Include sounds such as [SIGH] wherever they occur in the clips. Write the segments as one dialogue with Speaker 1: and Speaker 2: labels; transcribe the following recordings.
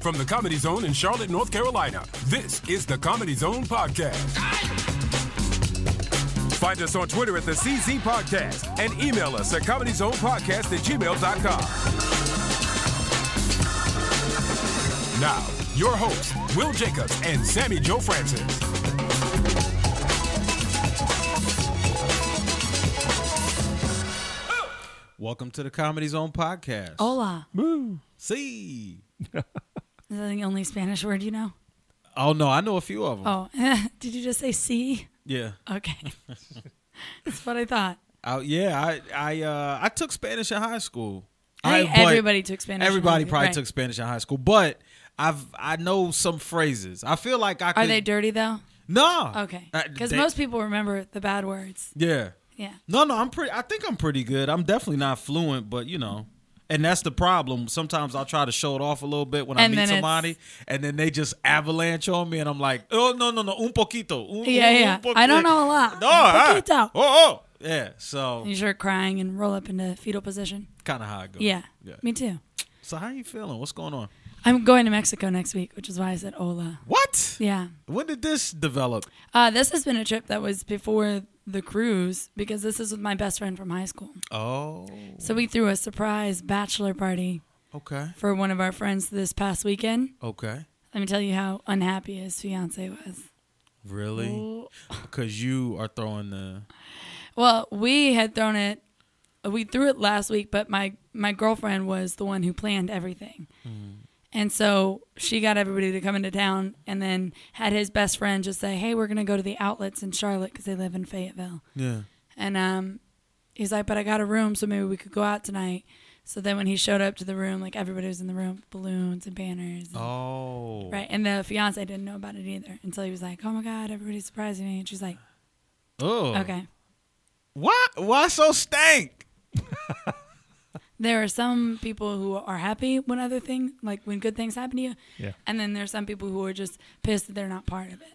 Speaker 1: From the Comedy Zone in Charlotte, North Carolina, this is the Comedy Zone Podcast. Find us on Twitter at the CZ Podcast and email us at comedyzonepodcast at gmail.com. Now, your hosts, Will Jacobs and Sammy Joe Francis.
Speaker 2: Welcome to the Comedy Zone podcast.
Speaker 3: Hola.
Speaker 2: See.
Speaker 3: Is that the only Spanish word you know?
Speaker 2: Oh no, I know a few of them.
Speaker 3: Oh, [LAUGHS] did you just say C?
Speaker 2: Yeah. [LAUGHS]
Speaker 3: Okay. That's what I thought.
Speaker 2: I, yeah, I I uh I took Spanish in high school.
Speaker 3: I think
Speaker 2: but
Speaker 3: everybody took Spanish in high
Speaker 2: Everybody
Speaker 3: school,
Speaker 2: probably
Speaker 3: right.
Speaker 2: took Spanish in high school, but I've I know some phrases. I feel like I could
Speaker 3: Are Oh, they dirty though?
Speaker 2: No.
Speaker 3: Okay.
Speaker 2: I-
Speaker 3: Because
Speaker 2: Uh, they-
Speaker 3: most people remember the bad words.
Speaker 2: Yeah.
Speaker 3: Yeah.
Speaker 2: No, no, I'm pretty I think I'm pretty good. I'm definitely not fluent, but you know. And that's the problem. Sometimes I'll try to show it off a little bit when
Speaker 3: And
Speaker 2: I
Speaker 3: then
Speaker 2: meet
Speaker 3: it's-
Speaker 2: somebody, and then they just avalanche on me, and I'm like, "Oh no, no, no, un poquito." un-
Speaker 3: Yeah,
Speaker 2: un-
Speaker 3: yeah.
Speaker 2: Oh, un poqui-"
Speaker 3: I don't know a lot.
Speaker 2: No,
Speaker 3: Un
Speaker 2: I-
Speaker 3: poquito.
Speaker 2: oh, oh, yeah. So
Speaker 3: You start crying and roll up into fetal position.
Speaker 2: kind of how I go.
Speaker 3: Yeah.
Speaker 2: Yeah.
Speaker 3: Me too.
Speaker 2: So how you feeling? What's going on?
Speaker 3: I'm going to Mexico next week, which is why I said hola.
Speaker 2: What?
Speaker 3: Yeah.
Speaker 2: When did this develop?
Speaker 3: Uh, this has been a trip that was before the cruise because this is with my best friend from high school.
Speaker 2: Oh,
Speaker 3: So we threw a surprise bachelor party
Speaker 2: okay,
Speaker 3: for one of our friends this past weekend.
Speaker 2: okay.
Speaker 3: Let me tell you how unhappy his fiance was.
Speaker 2: Really? Because you are throwing the.
Speaker 3: Well, we had thrown it, we threw it last week, but my my girlfriend was the one who planned everything, and so she got everybody to come into town, and then had his best friend just say, "Hey, we're gonna go to the outlets in Charlotte because they live in Fayetteville,"
Speaker 2: Yeah.
Speaker 3: and um, he's like, "But I got a room, so maybe we could go out tonight." So then when he showed up to the room, like everybody was in the room, balloons and banners. and-
Speaker 2: Oh.
Speaker 3: Right, and the fiance didn't know about it either until he was like, "Oh my God, everybody's surprising me," and she's like,
Speaker 2: Oh.
Speaker 3: "Okay."
Speaker 2: Why? Why so stank?
Speaker 3: There are some people who are happy when other thing, like when good things happen to you,
Speaker 4: Yeah.
Speaker 3: and then there's some people who are just pissed that they're not part of it.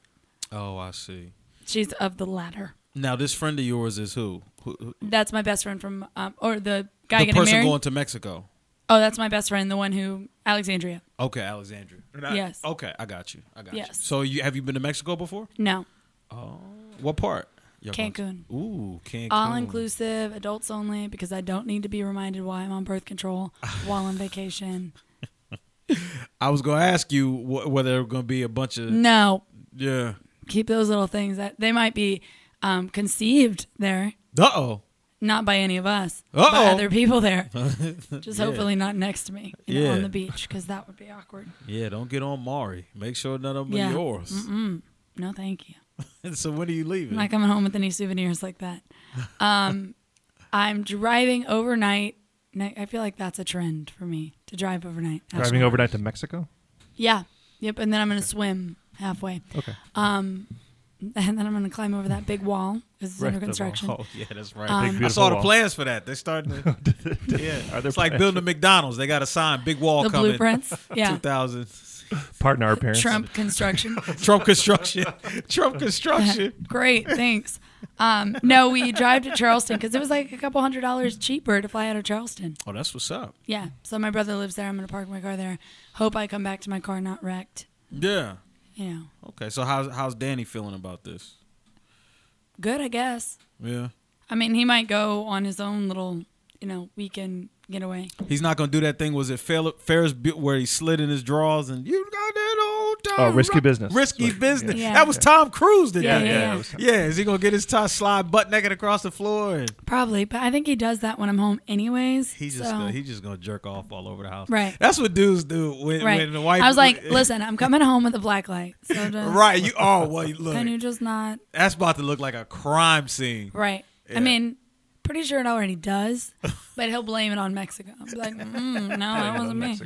Speaker 2: Oh, I see.
Speaker 3: She's of the latter.
Speaker 2: Now this friend of yours is who? who, who
Speaker 3: That's my best friend from, um, or the guy
Speaker 2: the
Speaker 3: getting
Speaker 2: person
Speaker 3: married.
Speaker 2: going to Mexico.
Speaker 3: oh, that's my best friend, the one who Alexandria.
Speaker 2: Okay, Alexandria. And I-
Speaker 3: Yes.
Speaker 2: Okay, I got you. I got you.
Speaker 3: Yes.
Speaker 2: So you have you been to Mexico before?
Speaker 3: No,
Speaker 2: What part? Your
Speaker 3: Cancun.
Speaker 2: Ooh, Cancun.
Speaker 3: all inclusive, adults only, because I don't need to be reminded why I'm on birth control while on
Speaker 2: [LAUGHS]
Speaker 3: vacation.
Speaker 2: I was gonna ask you wh- whether there were gonna be a bunch of
Speaker 3: No,
Speaker 2: yeah.
Speaker 3: keep those little things that they might be um, conceived there,
Speaker 2: Uh oh.
Speaker 3: not by any of us, but
Speaker 2: Uh-oh.
Speaker 3: other
Speaker 2: [LAUGHS]
Speaker 3: people there. Just hopefully not next to me you know,
Speaker 2: Yeah.
Speaker 3: on the beach because that would be awkward.
Speaker 2: Yeah, don't get on Mari. Make sure none of them
Speaker 3: Yeah.
Speaker 2: are yours.
Speaker 3: No, thank you.
Speaker 2: [LAUGHS] so when are you leaving?
Speaker 3: I'm not coming home with any souvenirs like that.
Speaker 2: [LAUGHS]
Speaker 3: Um, I'm driving overnight. Ne- I feel like that's a trend for me to drive overnight.
Speaker 4: Driving overnight to Mexico?
Speaker 3: Yeah. Yep. And then I'm going to swim halfway. Um,
Speaker 4: Okay.
Speaker 3: [LAUGHS] And then I'm going to climb over that big wall because it's under construction.
Speaker 2: [LAUGHS] Oh yeah, that's right.
Speaker 4: Big,
Speaker 2: I
Speaker 4: beautiful
Speaker 2: saw the
Speaker 4: wall.
Speaker 2: plans for that. They're starting
Speaker 4: [LAUGHS]
Speaker 2: to. yeah,
Speaker 4: Um, Are there
Speaker 2: it's like
Speaker 4: plans?
Speaker 2: building a McDonald's. They got a sign, big wall
Speaker 3: The
Speaker 2: coming.
Speaker 3: blueprints. Yeah.
Speaker 2: 2000.
Speaker 4: Partner our parents.
Speaker 3: Trump construction.
Speaker 2: [LAUGHS] Trump construction. [LAUGHS] Trump construction.
Speaker 3: [LAUGHS] Great, thanks. Um, no, we drive to Charleston because it was like a couple hundred dollars cheaper to fly out of Charleston.
Speaker 2: Oh, that's what's up.
Speaker 3: Yeah, so my brother lives there. I'm gonna park my car there. Hope I come back to my car not wrecked.
Speaker 2: Yeah.
Speaker 3: You know,
Speaker 2: Okay. So how's how's Danny feeling about this?
Speaker 3: good, I guess.
Speaker 2: Yeah.
Speaker 3: I mean, he might go on his own little, you know, weekend getaway.
Speaker 2: He's not gonna do that thing. Was it Fer- Ferris Bu- where he slid in his drawers and you got that old time?
Speaker 4: Oh, Risky Business.
Speaker 2: Risky
Speaker 4: Like, yeah.
Speaker 2: business.
Speaker 3: Yeah.
Speaker 2: That was Tom Cruise. Did
Speaker 3: Yeah,
Speaker 2: that.
Speaker 3: yeah, yeah.
Speaker 4: it was-
Speaker 2: Yeah, is he gonna get his tie slide butt naked across the floor? And
Speaker 3: Probably, but I think he does that when I'm home, anyways.
Speaker 2: he just
Speaker 3: so-
Speaker 2: gonna, he just gonna jerk off all over the house.
Speaker 3: Right.
Speaker 2: That's what dudes do when,
Speaker 3: right.
Speaker 2: when the wife.
Speaker 3: I
Speaker 2: [LAUGHS]
Speaker 3: was like, listen, I'm coming home with a black light. So just,
Speaker 2: Right. You. Oh well. you- Look.
Speaker 3: Can you just not?
Speaker 2: that's about to look like a crime scene.
Speaker 3: Right.
Speaker 2: Yeah.
Speaker 3: I mean, pretty sure it already does, [LAUGHS] but he'll blame it on Mexico. I'll be
Speaker 2: [LAUGHS]
Speaker 3: like, mm, no, that wasn't me.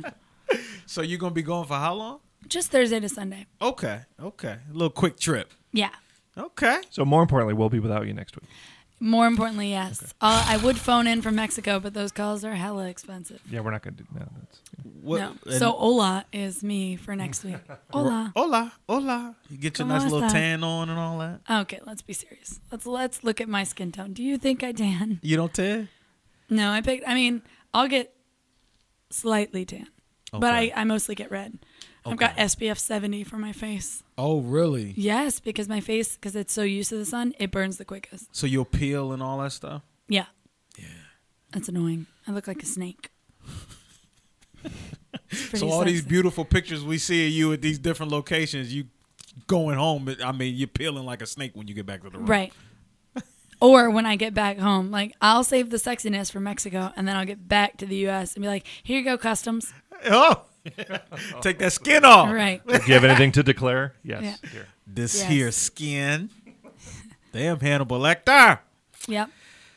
Speaker 2: So you gonna be going for how long?
Speaker 3: Just Thursday to Sunday.
Speaker 2: Okay. Okay. A little quick trip.
Speaker 3: Yeah.
Speaker 2: Okay.
Speaker 4: So more importantly, we'll be without you next week.
Speaker 3: More importantly, yes. Uh, I would phone in from Mexico, but those calls are hella expensive.
Speaker 4: Yeah, we're not gonna do no. That's
Speaker 2: [LAUGHS] What,
Speaker 3: no.
Speaker 2: and-
Speaker 3: So hola is me for
Speaker 2: [LAUGHS]
Speaker 3: next week. Hola.
Speaker 2: Hola, hola. You get your
Speaker 3: Como
Speaker 2: nice little
Speaker 3: esta?
Speaker 2: tan on and all that.
Speaker 3: Okay, let's be serious. Let's let's look at my skin tone. Do you think I tan?
Speaker 2: You don't tan?
Speaker 3: No, I picked. I mean, I'll get slightly tan, but I,
Speaker 2: Okay.
Speaker 3: I mostly get red. I've got SPF 70 for my face.
Speaker 2: Oh, really?
Speaker 3: Yes, because my face, because it's so used to the sun, it burns the quickest.
Speaker 2: So you'll peel and all that stuff?
Speaker 3: Yeah. Yeah. That's annoying. I look like a snake. It's pretty
Speaker 2: so all these
Speaker 3: sexy.
Speaker 2: beautiful pictures we see of you at these different locations, you going home. but, I mean, you're peeling like a snake when you get back to the room.
Speaker 3: Right. or when I get back home, like I'll save the sexiness for Mexico and then I'll get back to the US and be like, here you go, customs.
Speaker 4: [LAUGHS]
Speaker 2: Oh, take that skin
Speaker 4: Oh.
Speaker 2: off.
Speaker 3: Right.
Speaker 4: Do you have anything to declare? Yes.
Speaker 3: Yeah.
Speaker 4: Here.
Speaker 2: This
Speaker 3: Yes.
Speaker 2: here skin. Damn, Hannibal Lecter.
Speaker 3: Yep.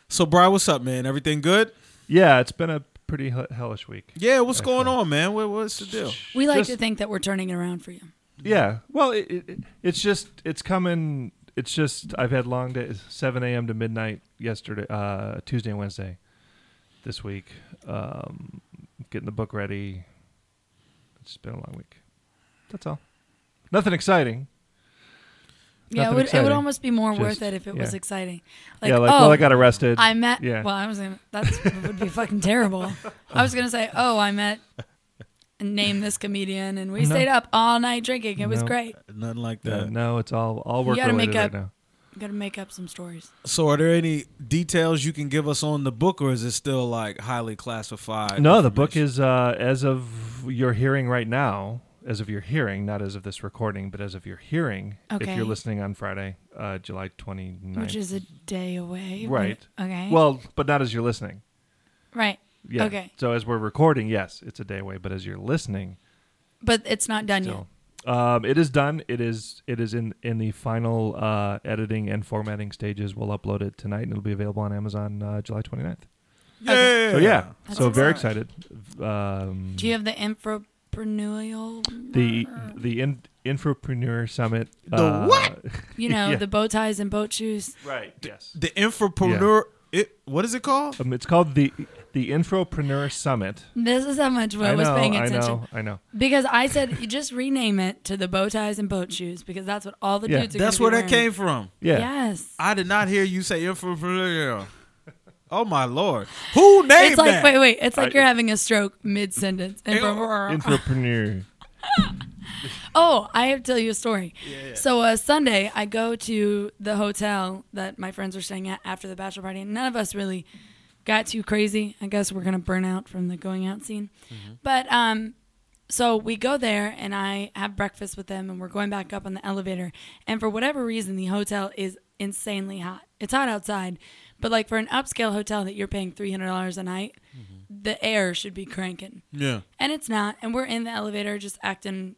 Speaker 2: So, Brian, what's up, man? Everything good?
Speaker 4: Yeah, it's been a pretty he- hellish week.
Speaker 2: Yeah, what's going on, man? What, what's the deal?
Speaker 3: We like
Speaker 4: Just-
Speaker 3: to think that we're turning it around for you.
Speaker 4: Yeah. Well, it, it, it's just it's coming. It's just I've had long days, seven a.m. to midnight yesterday, uh, Tuesday and Wednesday, this week. Um, getting the book ready. It's been a long week. That's all. Nothing exciting.
Speaker 3: Yeah, it would,
Speaker 4: Nothing
Speaker 3: it would
Speaker 4: exciting.
Speaker 3: almost be more worth
Speaker 4: Just-
Speaker 3: it if it
Speaker 4: yeah.
Speaker 3: was exciting.
Speaker 4: yeah, like
Speaker 3: oh,
Speaker 4: well, I got arrested.
Speaker 3: I met.
Speaker 4: Yeah.
Speaker 3: Well, I was gonna. That would be fucking terrible. I was gonna say, oh, I met and name this comedian, and we
Speaker 4: No.
Speaker 3: stayed up all night drinking. It was
Speaker 4: No.
Speaker 3: great.
Speaker 2: Nothing like
Speaker 4: Uh,
Speaker 2: that.
Speaker 4: no, it's all all work
Speaker 3: gotta
Speaker 4: related
Speaker 3: make
Speaker 4: right
Speaker 3: up-
Speaker 4: now.
Speaker 3: Gotta make up some stories.
Speaker 2: So, are there any details you can give us on the book, or is it still like highly classified?
Speaker 4: No, the book
Speaker 2: information?
Speaker 4: is uh, as of your hearing right now, as of your hearing, not as of this recording, but as of your hearing. If
Speaker 3: Okay.
Speaker 4: you're listening on Friday, uh, July 29th.
Speaker 3: Which is a day away. but-
Speaker 4: right.
Speaker 3: Okay.
Speaker 4: Well, but not as you're listening.
Speaker 3: Right.
Speaker 4: Yeah.
Speaker 3: Okay.
Speaker 4: So as we're recording, yes, it's a day away, but as you're listening,
Speaker 3: But it's not done yet.
Speaker 4: still. Um, it is done. It is it is in in the final uh, editing and formatting stages. We'll upload it tonight, and it'll be available on Amazon uh, July 29th.
Speaker 2: Yeah.
Speaker 4: So yeah,
Speaker 3: That's
Speaker 4: so very
Speaker 3: exciting.
Speaker 4: excited. Um,
Speaker 3: Do you have the entrepreneurial?
Speaker 4: the
Speaker 3: Uh-huh.
Speaker 4: the in, Infopreneur Summit. uh,
Speaker 2: The what?
Speaker 3: You know
Speaker 4: [LAUGHS] yeah.
Speaker 3: the bow ties and boat shoes.
Speaker 4: Right. Yes.
Speaker 2: the infopreneur. It what is it called?
Speaker 4: Um, it's called the the Infopreneur Summit.
Speaker 3: This is how much Will
Speaker 4: I
Speaker 3: was
Speaker 4: know.
Speaker 3: paying
Speaker 4: I
Speaker 3: attention.
Speaker 4: know. I know.
Speaker 3: Because I said you just rename it to the bow ties and boat shoes because that's what all the
Speaker 4: Yeah.
Speaker 3: dudes are.
Speaker 2: That's where
Speaker 3: gonna be
Speaker 2: that came
Speaker 3: wearing.
Speaker 2: from.
Speaker 4: Yeah.
Speaker 3: Yes.
Speaker 2: I did not hear you say infopreneur. oh my lord, who named
Speaker 3: It's like
Speaker 2: that?
Speaker 3: wait, wait. It's like
Speaker 4: I-
Speaker 3: you're having a stroke mid sentence.
Speaker 2: Ew. [LAUGHS]
Speaker 4: Infopreneur.
Speaker 3: oh, I have to tell you a story. So uh, Sunday, I go to the hotel that my friends were staying at after the bachelor party, and none of us really got too crazy. I guess we're gonna burn out from the going out scene, but um, so we go there and I have breakfast with them and we're going back up on the elevator. And for whatever reason, the hotel is insanely hot. It's hot outside, but like for an upscale hotel that you're paying $300 a night, the air should be cranking.
Speaker 2: Yeah.
Speaker 3: And it's not. And we're in the elevator just acting,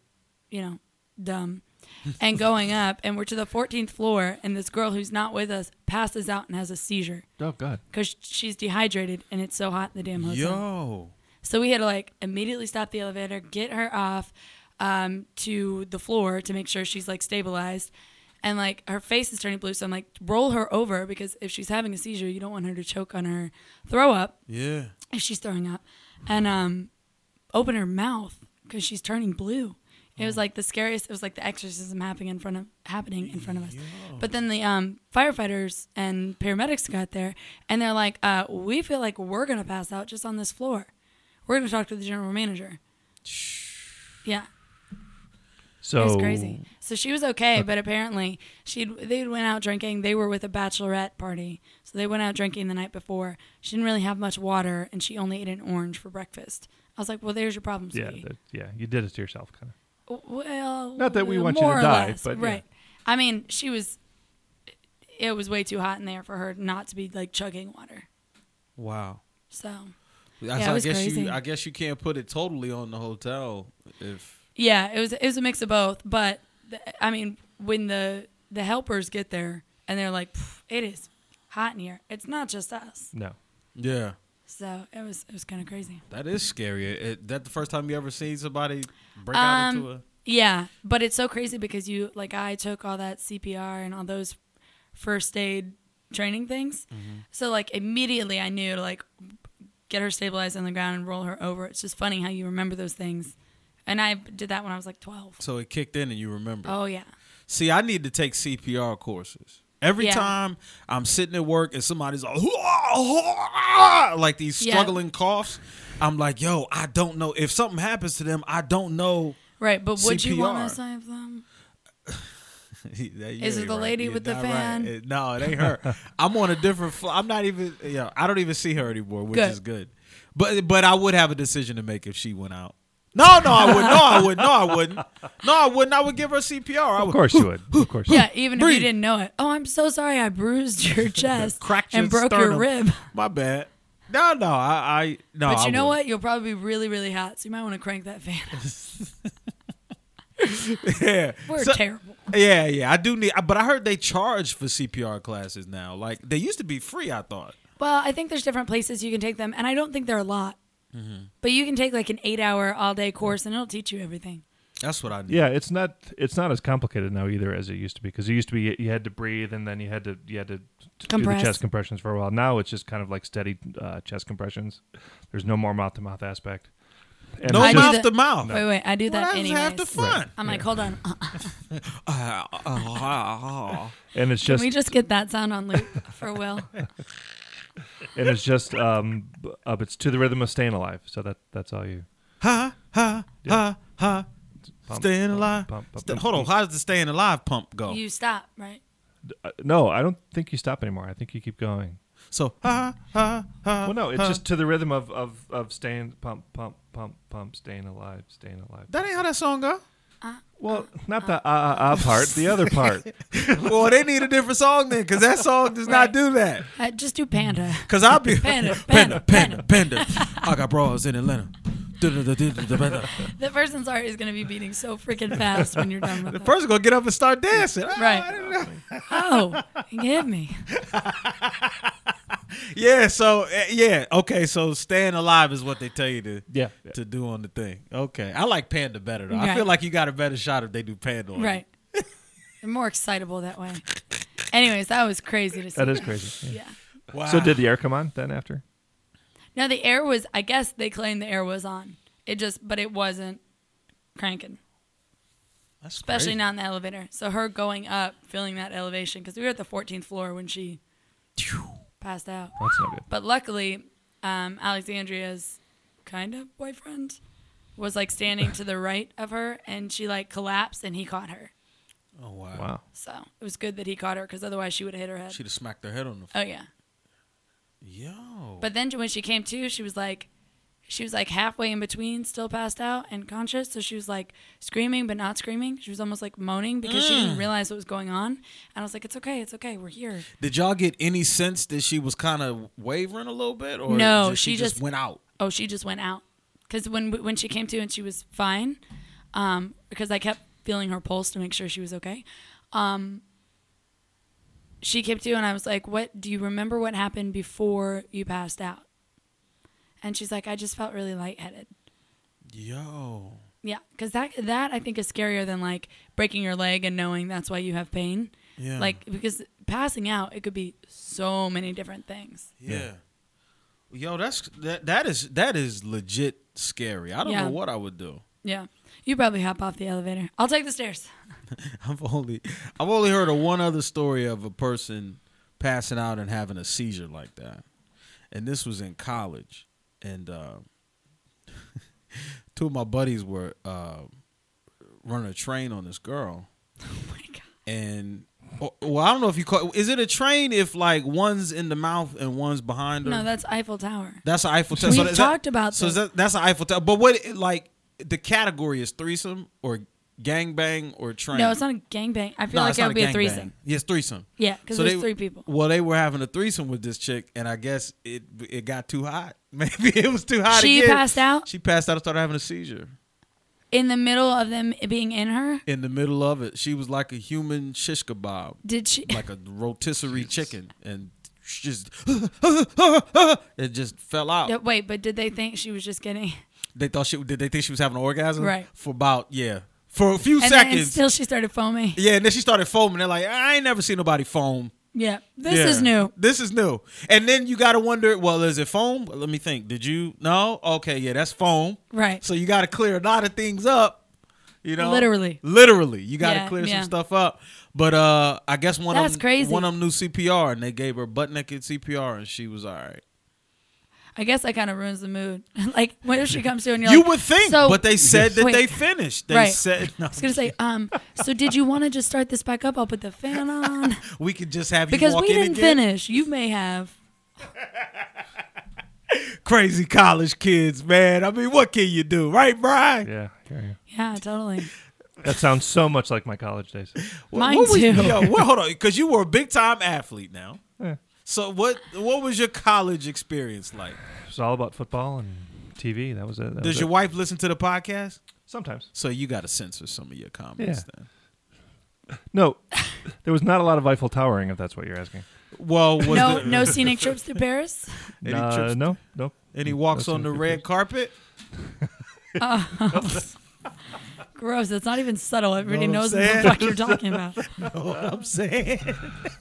Speaker 3: you know, dumb and going up. And we're to the 14th floor and this girl who's not with us passes out and has a seizure
Speaker 4: Oh God.
Speaker 3: because she's dehydrated and it's so hot in the damn hotel.
Speaker 2: Yo.
Speaker 3: So we had to like immediately stop the elevator, get her off um, to the floor to make sure she's like stabilized. And like her face is turning blue. So I'm like, roll her over because if she's having a seizure, you don't want her to choke on her throw up
Speaker 2: Yeah.
Speaker 3: if she's throwing up. And um, open her mouth because she's turning blue. It was like the scariest. It was like the exorcism happening in front of happening in front of us. But then the um, firefighters and paramedics got there, and they're like, uh, "We feel like we're gonna pass out just on this floor. We're gonna talk to the general manager." Yeah,
Speaker 4: So
Speaker 3: it
Speaker 4: Oh.
Speaker 3: was crazy. So she was okay, but apparently she would they went out drinking. They were with a bachelorette party, so they went out drinking the night before. She didn't really have much water, and she only ate an orange for breakfast. I was like, "Well, there's your problem,
Speaker 4: Yeah.
Speaker 3: sweetie."
Speaker 4: That, yeah. You did it to yourself, kind of.
Speaker 3: Well, uh,
Speaker 4: Not that we want you to
Speaker 3: more or
Speaker 4: die,
Speaker 3: less,
Speaker 4: but, yeah.
Speaker 3: right. I mean, she was. It was way too hot in there for her not to be like chugging water.
Speaker 2: Wow.
Speaker 3: So
Speaker 2: Yeah,
Speaker 3: it
Speaker 2: I
Speaker 3: was
Speaker 2: guess
Speaker 3: crazy.
Speaker 2: you. I guess you can't put it totally on the hotel if.
Speaker 3: yeah, it was it was a mix of both. But the, I mean, when the the helpers get there and they're like, "Pff, "It is hot in here. It's not just us."
Speaker 4: No.
Speaker 2: Yeah.
Speaker 3: So it was it was kind of crazy.
Speaker 2: That is scary. It, that the first time you ever seen somebody break out into a.
Speaker 3: Um, yeah, but it's so crazy because you like I took all that CPR and all those first aid training things.
Speaker 2: Mm-hmm.
Speaker 3: So like immediately I knew to like get her stabilized on the ground and roll her over. It's just funny how you remember those things. And I did that when I was like 12.
Speaker 2: So it kicked in and you remember.
Speaker 3: Oh yeah.
Speaker 2: See, I need to take CPR courses. Every
Speaker 3: Yeah.
Speaker 2: time I'm sitting at work and somebody's like, like these
Speaker 3: Yeah.
Speaker 2: struggling coughs, I'm like, yo, I don't know. If something happens to them, I don't know
Speaker 3: Right, but would you want
Speaker 2: CPR.
Speaker 3: to save them?
Speaker 2: Is
Speaker 3: it the lady with the fan?
Speaker 2: No, it ain't
Speaker 3: [LAUGHS]
Speaker 2: her. I'm on a different. Fl- I'm not even. You know, I don't even see her anymore, which
Speaker 3: Good.
Speaker 2: is good. But but I would have a decision to make if she went out. No, no, I would. No, I would. No, I wouldn't. No, I wouldn't. I would give her CPR. I would
Speaker 4: Of course you would. Of course.
Speaker 2: [LAUGHS]
Speaker 4: you
Speaker 3: Yeah, even if
Speaker 2: breathe.
Speaker 3: you didn't know it. Oh, I'm so sorry. I bruised
Speaker 2: [LAUGHS]
Speaker 3: your chest,
Speaker 2: cracked
Speaker 3: and
Speaker 2: your
Speaker 3: broke your
Speaker 2: sternum.
Speaker 3: rib.
Speaker 2: [LAUGHS] My bad. No, no, I, I no.
Speaker 3: But
Speaker 2: I
Speaker 3: you know
Speaker 2: would.
Speaker 3: what? You'll probably be really, really hot, so you might want to crank that fan.
Speaker 2: [LAUGHS]
Speaker 3: up.
Speaker 2: Yeah,
Speaker 3: We're
Speaker 2: So-
Speaker 3: terrible.
Speaker 2: Yeah, yeah. I do need, but I heard they charge for CPR classes now. Like they used to be free. I thought.
Speaker 3: Well, I think there's different places you can take them, and I don't think they're a lot.
Speaker 2: Mm-hmm.
Speaker 3: But you can take like an eight-hour all-day course, and it'll teach you everything.
Speaker 2: That's what I need.
Speaker 4: Yeah, it's not it's not as complicated now either as it used to be because it used to be you had to breathe and then you had to you had to do the
Speaker 3: Compress.
Speaker 4: chest compressions for a while. Now it's just kind of like steady uh, chest compressions. There's no more mouth to mouth aspect. And
Speaker 2: No
Speaker 3: I
Speaker 4: it's
Speaker 3: do
Speaker 2: mouth
Speaker 3: that-
Speaker 2: to mouth.
Speaker 3: Wait, wait, I do
Speaker 2: Well,
Speaker 3: that
Speaker 2: that's
Speaker 3: anyways.
Speaker 2: half the fun.
Speaker 3: I'm like, hold on. Uh,
Speaker 4: and it's
Speaker 3: Can
Speaker 4: just
Speaker 3: we just get that sound on
Speaker 2: [LAUGHS]
Speaker 3: loop for Will?
Speaker 4: and it's just um b- up. It's to the rhythm of staying alive. So that that's all you.
Speaker 2: Ha ha ha ha.
Speaker 4: Pump,
Speaker 2: Staying
Speaker 4: pump,
Speaker 2: alive.
Speaker 4: pump, pump,
Speaker 2: Sta-
Speaker 4: pump,
Speaker 2: Hold on.
Speaker 4: pump.
Speaker 2: How does the staying alive pump go?
Speaker 3: You stop, right?
Speaker 4: Uh, no, I don't think you stop anymore. I think you keep going.
Speaker 2: so ha ha ha.
Speaker 4: Well, no, it's
Speaker 2: ha.
Speaker 4: just to the rhythm of of of staying pump pump pump pump staying alive staying alive.
Speaker 2: that ain't how that song go.
Speaker 4: well, not the ah ah ah part, the
Speaker 2: [LAUGHS]
Speaker 4: other part.
Speaker 2: well, they need a different song then, because that song does not
Speaker 3: Right.
Speaker 2: do that.
Speaker 3: Uh, just do panda. [LAUGHS]
Speaker 2: Cause I'll be
Speaker 3: Panda,
Speaker 2: panda,
Speaker 3: panda,
Speaker 2: panda, panda. I got bras in Atlanta. Du-du-du-du-du-du-du-du.
Speaker 3: The person's heart is going to be beating so freaking fast when you're done with
Speaker 2: The
Speaker 3: it.
Speaker 2: person's gonna get up and start dancing. Ah,
Speaker 3: Right.
Speaker 2: I didn't
Speaker 3: oh, give me.
Speaker 2: Yeah, so uh, yeah, okay, so staying alive is what they tell you to
Speaker 4: Yeah.
Speaker 2: to do on the thing. Okay. I like Panda better though. I
Speaker 3: Right.
Speaker 2: feel like you got a better shot if they do Panda. on it.
Speaker 3: Right. [LAUGHS] They're more excitable that way. Anyways, that was crazy to see.
Speaker 4: That is crazy.
Speaker 3: Yeah.
Speaker 2: Wow.
Speaker 4: So did the air come on then after?
Speaker 3: No, the air was, I guess they claimed the air was on. It just, but it wasn't cranking,
Speaker 2: That's
Speaker 3: especially
Speaker 2: crazy.
Speaker 3: not in the elevator. So her going up, feeling that elevation, because we were at the 14th floor when she passed out.
Speaker 4: That's not good.
Speaker 3: But luckily, um, Alexandria's kind of boyfriend was like standing to the right of her, and she like collapsed, and he caught her.
Speaker 2: Oh wow.
Speaker 4: Wow.
Speaker 3: So it was good that he caught her, because otherwise she would have hit her head.
Speaker 2: She'd have smacked her head on the
Speaker 3: oh yeah.
Speaker 2: Yo.
Speaker 3: But then when she came to, she was like, she was like halfway in between, still passed out and conscious. So she was like screaming, but not screaming. She was almost like moaning because she didn't realize what was going on. And I was like, it's okay, it's okay, we're here.
Speaker 2: Did y'all get any sense that she was kind of wavering a little bit or
Speaker 3: No,
Speaker 2: just-
Speaker 3: she
Speaker 2: just
Speaker 3: just-
Speaker 2: went out?
Speaker 3: Oh, she just went out. Because when when she came to and she was fine, um, because I kept feeling her pulse to make sure she was okay. Um, she came to and I was like, "What do you remember? What happened before you passed out?" And she's like, "I just felt really lightheaded."
Speaker 2: Yo.
Speaker 3: Yeah, because that that I think is scarier than like breaking your leg and knowing that's why you have pain.
Speaker 2: Yeah.
Speaker 3: Like because passing out, it could be so many different things.
Speaker 2: Yeah. Yo, that's that that is that is legit scary. I don't
Speaker 3: Yeah.
Speaker 2: know what I would do.
Speaker 3: Yeah, you probably hop off the elevator. I'll take the stairs.
Speaker 2: [LAUGHS] I've only I've only heard of one other story of a person passing out and having a seizure like that, and this was in college, and uh, [LAUGHS] two of my buddies were uh, running a train on this girl,
Speaker 3: Oh my god.
Speaker 2: and oh, well, I don't know if you call is it a train if like one's in the mouth and onene's behind her.
Speaker 3: No, that's Eiffel Tower.
Speaker 2: That's an Eiffel Tower.
Speaker 3: We've
Speaker 2: is
Speaker 3: talked
Speaker 2: that,
Speaker 3: about
Speaker 2: So is
Speaker 3: this.
Speaker 2: that, that's an Eiffel Tower. But what like the category is threesome or gangbang or train?
Speaker 3: No, it's not a gangbang. I feel
Speaker 2: No,
Speaker 3: like
Speaker 2: it's
Speaker 3: it
Speaker 2: not
Speaker 3: would be a
Speaker 2: gangbang.
Speaker 3: threesome.
Speaker 2: Yes, threesome.
Speaker 3: Yeah, 'cause
Speaker 2: So
Speaker 3: there's
Speaker 2: they-
Speaker 3: three people.
Speaker 2: Well, they were having a threesome with this chick, and I guess it it got too hot. [LAUGHS] Maybe it was too hot.
Speaker 3: She
Speaker 2: again.
Speaker 3: passed out?
Speaker 2: She passed out and started having a seizure
Speaker 3: In the middle of them being in her,
Speaker 2: in the middle of it. She was like a human shish kebab,
Speaker 3: did she?
Speaker 2: like a rotisserie chicken, and she just [LAUGHS] it just fell out.
Speaker 3: [LAUGHS] No, Wait, but did they think she was just getting?
Speaker 2: They thought she did. They think she was having an orgasm,
Speaker 3: Right.
Speaker 2: For about yeah, for a few
Speaker 3: [LAUGHS] And then
Speaker 2: seconds.
Speaker 3: still she started foaming.
Speaker 2: yeah, and then she started foaming. They're like, I ain't never seen nobody foam.
Speaker 3: Yeah, this
Speaker 2: Yeah.
Speaker 3: is new.
Speaker 2: This is new. And then you got to wonder, well, is it foam? Let me think. Did you? No? Okay, yeah, that's foam.
Speaker 3: Right.
Speaker 2: So you got to clear a lot of things up, you know?
Speaker 3: Literally.
Speaker 2: Literally. You got to
Speaker 3: Yeah,
Speaker 2: clear
Speaker 3: yeah.
Speaker 2: some stuff up. But uh I guess one of
Speaker 3: That's
Speaker 2: them
Speaker 3: crazy.
Speaker 2: one of them knew CPR and they gave her butt naked CPR and she was all right.
Speaker 3: I guess that kind of ruins the mood. [LAUGHS] like when she comes to and you're
Speaker 2: you
Speaker 3: like,
Speaker 2: would think,
Speaker 3: so-
Speaker 2: but they said that
Speaker 3: Wait.
Speaker 2: they finished. They
Speaker 3: Right.
Speaker 2: said [LAUGHS] no,
Speaker 3: I was gonna say, um, so did you want to just start this back up? I'll put
Speaker 2: [LAUGHS]
Speaker 3: the fan on
Speaker 2: we could just have you
Speaker 3: because
Speaker 2: walk
Speaker 3: we
Speaker 2: in
Speaker 3: didn't
Speaker 2: again.
Speaker 3: finish. You may have.
Speaker 2: Crazy college kids, man. I mean, what can you do, right, Brian?
Speaker 4: Yeah, yeah, yeah.
Speaker 3: Yeah, totally.
Speaker 4: That sounds so much like my college days.
Speaker 2: What-
Speaker 3: Mine
Speaker 2: what was-
Speaker 3: too.
Speaker 2: Yo, well, hold on, because you were a big time athlete now.
Speaker 4: Yeah.
Speaker 2: So what what was your college experience like?
Speaker 4: It was all about football and TV. That was it. That was
Speaker 2: Does your
Speaker 4: it.
Speaker 2: wife listen to the podcast?
Speaker 4: Sometimes.
Speaker 2: So you got to censor some of your comments. Then.
Speaker 4: No, [LAUGHS] there was not a lot of Eiffel Towering, if that's what you're asking.
Speaker 2: Well, was
Speaker 3: no,
Speaker 2: there
Speaker 3: no scenic trips to Paris.
Speaker 2: Any
Speaker 4: Nah,
Speaker 2: trips-
Speaker 4: no, no.
Speaker 2: any walks
Speaker 4: No
Speaker 2: on the
Speaker 4: scenic
Speaker 2: red carpet? [LAUGHS]
Speaker 3: Gross. That's not even subtle. Everybody
Speaker 2: Know what I'm
Speaker 3: knows what the
Speaker 2: saying?
Speaker 3: fuck you're
Speaker 2: [LAUGHS]
Speaker 3: talking about.
Speaker 2: Know what I'm saying?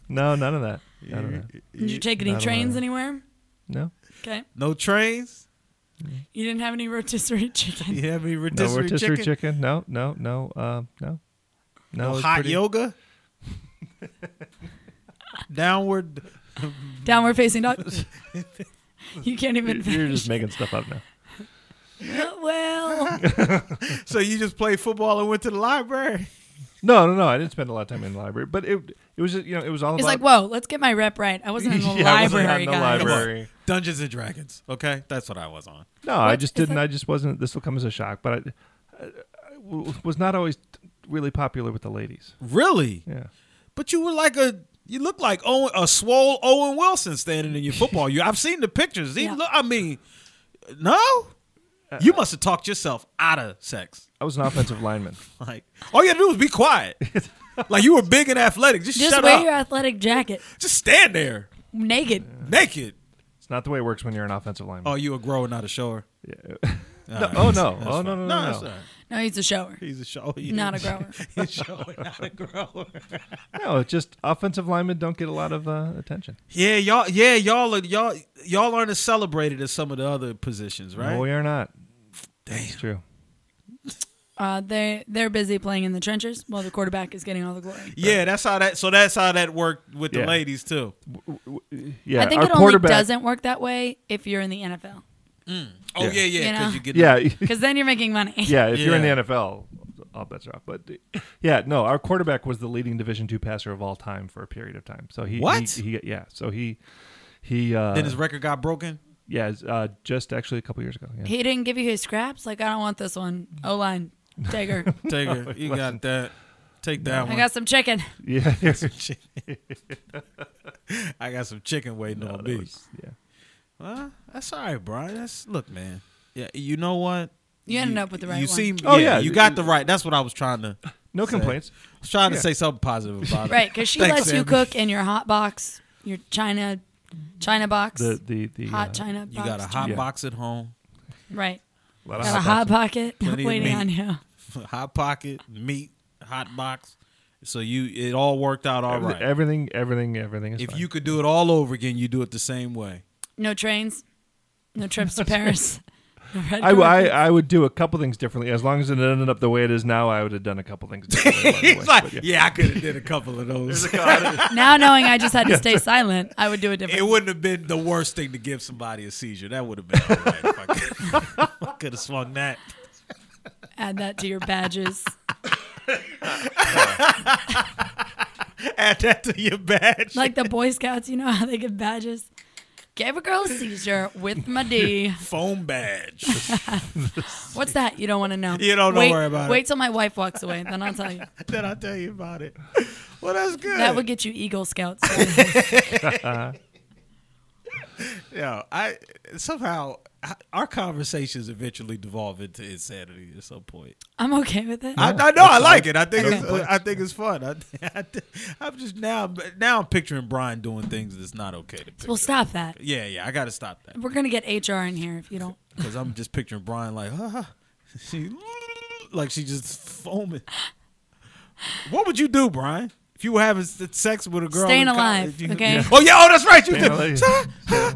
Speaker 4: No, none of that. None of that.
Speaker 3: Did you take any
Speaker 4: Not a lot.
Speaker 3: trains anywhere?
Speaker 4: No.
Speaker 3: Okay.
Speaker 2: No trains.
Speaker 3: You didn't have any rotisserie [LAUGHS] chicken.
Speaker 2: You have any
Speaker 4: No
Speaker 2: rotisserie,
Speaker 4: rotisserie
Speaker 2: chicken?
Speaker 4: chicken. No, no, no, um, no. No, it
Speaker 2: No
Speaker 4: was
Speaker 2: hot
Speaker 4: pretty-
Speaker 2: yoga. Downward.
Speaker 3: Downward
Speaker 2: [LAUGHS]
Speaker 3: facing dog. you can't
Speaker 4: You're,
Speaker 3: even.
Speaker 4: [LAUGHS] you're
Speaker 3: finish.
Speaker 4: just making stuff up now.
Speaker 3: [LAUGHS] well,
Speaker 2: So you just played football and went to the library.
Speaker 4: No, no, no. I didn't spend a lot of time in the library, but it it was just, you know it was all
Speaker 3: it's like,
Speaker 4: about.
Speaker 3: whoa. Let's get my rep right. I wasn't
Speaker 2: [LAUGHS]
Speaker 3: in the
Speaker 4: Yeah, I wasn't
Speaker 3: library,
Speaker 4: in the
Speaker 3: guys.
Speaker 4: library.
Speaker 2: Dungeons and Dragons. Okay, that's what I was on.
Speaker 4: No, I
Speaker 3: What
Speaker 4: just
Speaker 3: is
Speaker 4: didn't.
Speaker 3: that?
Speaker 4: I just wasn't. This will come as a shock, but I, I- I w- was not always really popular with the ladies.
Speaker 2: Really?
Speaker 4: Yeah.
Speaker 2: But you were like a. You look like Owen, a swole Owen Wilson standing in your football. You, I've seen the pictures. He
Speaker 3: Yeah.
Speaker 2: look, I mean, no,
Speaker 4: Uh,
Speaker 2: you must have talked yourself out of sex.
Speaker 4: I was an offensive lineman.
Speaker 2: Like all you had to do was be
Speaker 4: [LAUGHS]
Speaker 2: quiet. like you were big and athletic. Just,
Speaker 3: Just
Speaker 2: shut
Speaker 3: wear
Speaker 2: up.
Speaker 3: your athletic jacket,
Speaker 2: Just stand there
Speaker 3: naked.
Speaker 2: naked.
Speaker 4: It's not the way it works when you're an offensive lineman.
Speaker 2: Oh, you a grower, not a shower.
Speaker 4: [LAUGHS] No, oh no! Oh no! No!
Speaker 2: No,
Speaker 4: No!
Speaker 2: that's
Speaker 4: no.
Speaker 2: all right.
Speaker 3: No, he's a shower,
Speaker 2: he's a shower.
Speaker 3: not a
Speaker 2: [LAUGHS]
Speaker 3: grower.
Speaker 2: He's a shower, not a grower. [LAUGHS]
Speaker 4: No, it's just offensive linemen don't get a lot of uh, attention.
Speaker 2: Yeah, y'all. Yeah, y'all. Are, y'all. Y'all aren't as celebrated as some of the other positions, right?
Speaker 4: No, we are not. It's true.
Speaker 3: Uh, they they're busy playing in the trenches while the quarterback is getting all the glory.
Speaker 2: Yeah, that's how that. So that's how that worked with the
Speaker 4: Yeah.
Speaker 2: ladies too.
Speaker 4: Yeah,
Speaker 3: I think
Speaker 4: our
Speaker 3: it only
Speaker 4: quarterback.
Speaker 3: doesn't work that way if you're in the NFL,
Speaker 2: Oh yeah, yeah,
Speaker 3: You
Speaker 2: because
Speaker 3: know?
Speaker 2: you get
Speaker 4: Yeah,
Speaker 3: because then you're making money.
Speaker 4: [LAUGHS] yeah. If you're in
Speaker 2: Yeah.
Speaker 4: the NFL, all bets are off. But uh, yeah, no, our quarterback was the leading Division two passer of all time for a period of time. So he
Speaker 2: What?
Speaker 4: He, he- yeah. So he he uh,
Speaker 2: Then his record got broken.
Speaker 4: yeah it's, uh, just actually a couple years ago. Yeah.
Speaker 3: [LAUGHS] He didn't give you his scraps. Like I don't want this one. O line, take her.
Speaker 4: [LAUGHS]
Speaker 2: Take
Speaker 4: Oh,
Speaker 2: her. You got that. Take that
Speaker 3: I
Speaker 2: one.
Speaker 3: got
Speaker 2: [LAUGHS]
Speaker 3: some chicken.
Speaker 4: [LAUGHS] yeah, [LAUGHS]
Speaker 2: I got some chicken waiting
Speaker 4: No,
Speaker 2: on
Speaker 4: that
Speaker 2: me.
Speaker 4: was- yeah.
Speaker 2: Well, that's all right, Brian. That's look, man. Yeah, you know what?
Speaker 3: You ended up with the right
Speaker 2: You
Speaker 3: one.
Speaker 2: seem.
Speaker 4: Oh,
Speaker 2: yeah,
Speaker 4: yeah.
Speaker 2: you got the right. That's what I was trying to. I
Speaker 4: No complaints.
Speaker 2: was trying to
Speaker 4: Yeah.
Speaker 2: say something positive about it.
Speaker 3: Right, because she
Speaker 2: Thanks,
Speaker 3: lets you
Speaker 2: Sammy.
Speaker 3: cook in your hot box, your china, china box,
Speaker 4: The the the
Speaker 3: hot
Speaker 4: uh,
Speaker 3: china.
Speaker 2: You
Speaker 3: box.
Speaker 2: got a hot
Speaker 4: Yeah.
Speaker 2: box at home, [LAUGHS]
Speaker 3: Right,
Speaker 4: a lot of
Speaker 3: got a
Speaker 4: hot
Speaker 3: hot
Speaker 4: boxes.
Speaker 3: pocket [LAUGHS]
Speaker 2: Plenty of
Speaker 3: waiting
Speaker 2: meat.
Speaker 3: on you.
Speaker 2: hot pocket, meat, hot box. So you, it all worked out all
Speaker 4: Everything-
Speaker 2: right.
Speaker 4: Everything, everything, everything is
Speaker 2: If
Speaker 4: fine.
Speaker 2: you could do it all over again, you do it the same way.
Speaker 3: No trains, no trips
Speaker 4: [LAUGHS]
Speaker 3: to Paris. [LAUGHS] no red
Speaker 4: I, I,
Speaker 3: carpets.
Speaker 4: I would do a couple things differently. As long as it ended up the way it is now, I would have done a couple things differently. along the way.
Speaker 2: He's like,
Speaker 4: But
Speaker 2: yeah,
Speaker 4: yeah.
Speaker 2: I could have did a couple of those.
Speaker 3: now knowing I just had
Speaker 4: [LAUGHS]
Speaker 3: to stay silent, I would do it
Speaker 2: [LAUGHS] it
Speaker 3: differently.
Speaker 2: wouldn't have been the worst thing to give somebody a seizure. That would have been all right if I could,
Speaker 3: [LAUGHS]
Speaker 2: I could have swung that.
Speaker 3: Add that to your badges.
Speaker 2: Add that to your badge.
Speaker 3: like the Boy Scouts, you know how they give badges. Gave a girl a seizure with my D.
Speaker 2: Foam
Speaker 3: [LAUGHS]
Speaker 2: badge.
Speaker 3: What's that? You don't want to know.
Speaker 2: You don't- don't
Speaker 3: wait,
Speaker 2: worry about it.
Speaker 3: Wait till my wife walks away, then I'll tell you.
Speaker 2: then I'll tell you about it. Well, that's good.
Speaker 3: That would get you Eagle Scouts.
Speaker 2: Yeah, I somehow our conversations eventually devolve into insanity at some point.
Speaker 3: I'm okay with it.
Speaker 2: I, I know I like it. I think
Speaker 3: Okay.
Speaker 2: it's, uh, I think it's fun. I, [LAUGHS] I, am just now now I'm picturing Brian doing things that's not okay to picture.
Speaker 3: Well, stop that.
Speaker 2: yeah, yeah, I got to stop that
Speaker 3: We're gonna get HR in here if you don't.
Speaker 2: because I'm just picturing Brian like, [LAUGHS] ah, she, like she just foaming. What would you do, Brian, if you were having s- sex with a girl?
Speaker 3: Staying
Speaker 2: in college?
Speaker 3: alive,
Speaker 2: You-
Speaker 3: okay?
Speaker 2: Oh yeah, oh that's right. You
Speaker 4: Staying
Speaker 2: did. [LAUGHS]
Speaker 4: alive.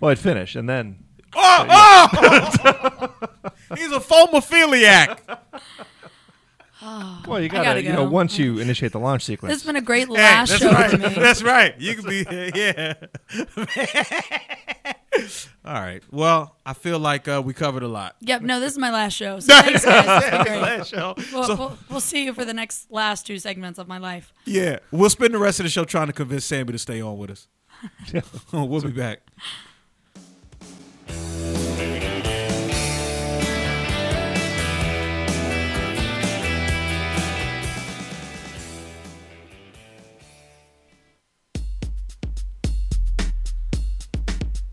Speaker 4: Well, I'd finish, and then
Speaker 2: [LAUGHS] Oh, oh! He's a foamophiliac.
Speaker 4: Well, you gotta,
Speaker 3: gotta
Speaker 4: you know,
Speaker 3: go.
Speaker 4: once you initiate the launch sequence,
Speaker 3: It's been a great last show for me.
Speaker 2: That's right. You could be [LAUGHS] yeah. All right. Well, I feel like uh, we covered a lot.
Speaker 3: Yep, no, this is my last show. So
Speaker 2: [LAUGHS]
Speaker 3: thanks, guys. It's been great.
Speaker 2: show.
Speaker 3: We'll, we'll, we'll see you for the next last two segments of my life.
Speaker 2: Yeah, we'll spend the rest of the show trying to convince Sammy to stay on with [LAUGHS] us. we'll be back.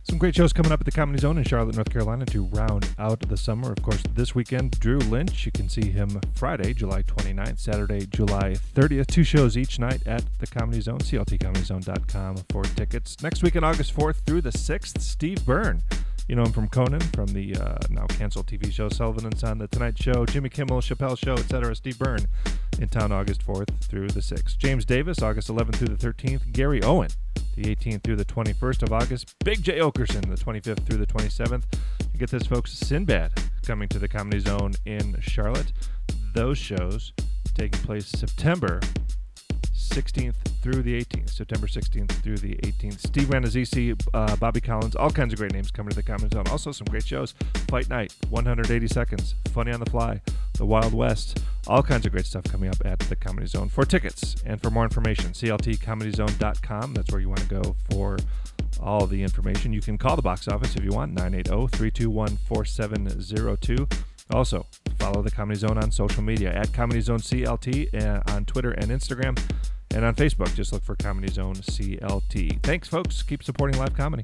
Speaker 4: Some great shows coming up at the Comedy Zone in Charlotte, North Carolina to round out the summer. Of course, this weekend, Drew Lynch. You can see him Friday, July 29th, Saturday, July 30th. Two shows each night at the Comedy Zone, cltcomedyzone.com for tickets. Next weekend, August 4th through the 6th, Steve Byrne. You know him from Conan, from the uh, now canceled TV show Sullivan and Son, The Tonight Show, Jimmy Kimmel, Chappelle Show, etc. Steve Byrne in town August 4th through the 6th. James Davis, August 11th through the 13th. Gary Owen, the 18th through the 21st of August. Big J. Okerson, the 25th through the 27th. You get this, folks. Sinbad coming to the Comedy Zone in Charlotte. Those shows taking place September 16th through the 18th. September 16th through the 18th. Steve Ranazzisi, uh, Bobby Collins, all kinds of great names coming to the Comedy Zone. Also, some great shows. Fight Night, 180 Seconds, Funny on the Fly, The Wild West. All kinds of great stuff coming up at the Comedy Zone. For tickets and for more information, cltcomedyzone.com. That's where you want to go for all the information. You can call the box office if you want, oh, 980 321 4702. Also, follow the Comedy Zone on social media at Comedy Zone CLT uh, on Twitter and Instagram. And on Facebook, just look for Comedy Zone CLT. Thanks, folks. Keep supporting live comedy.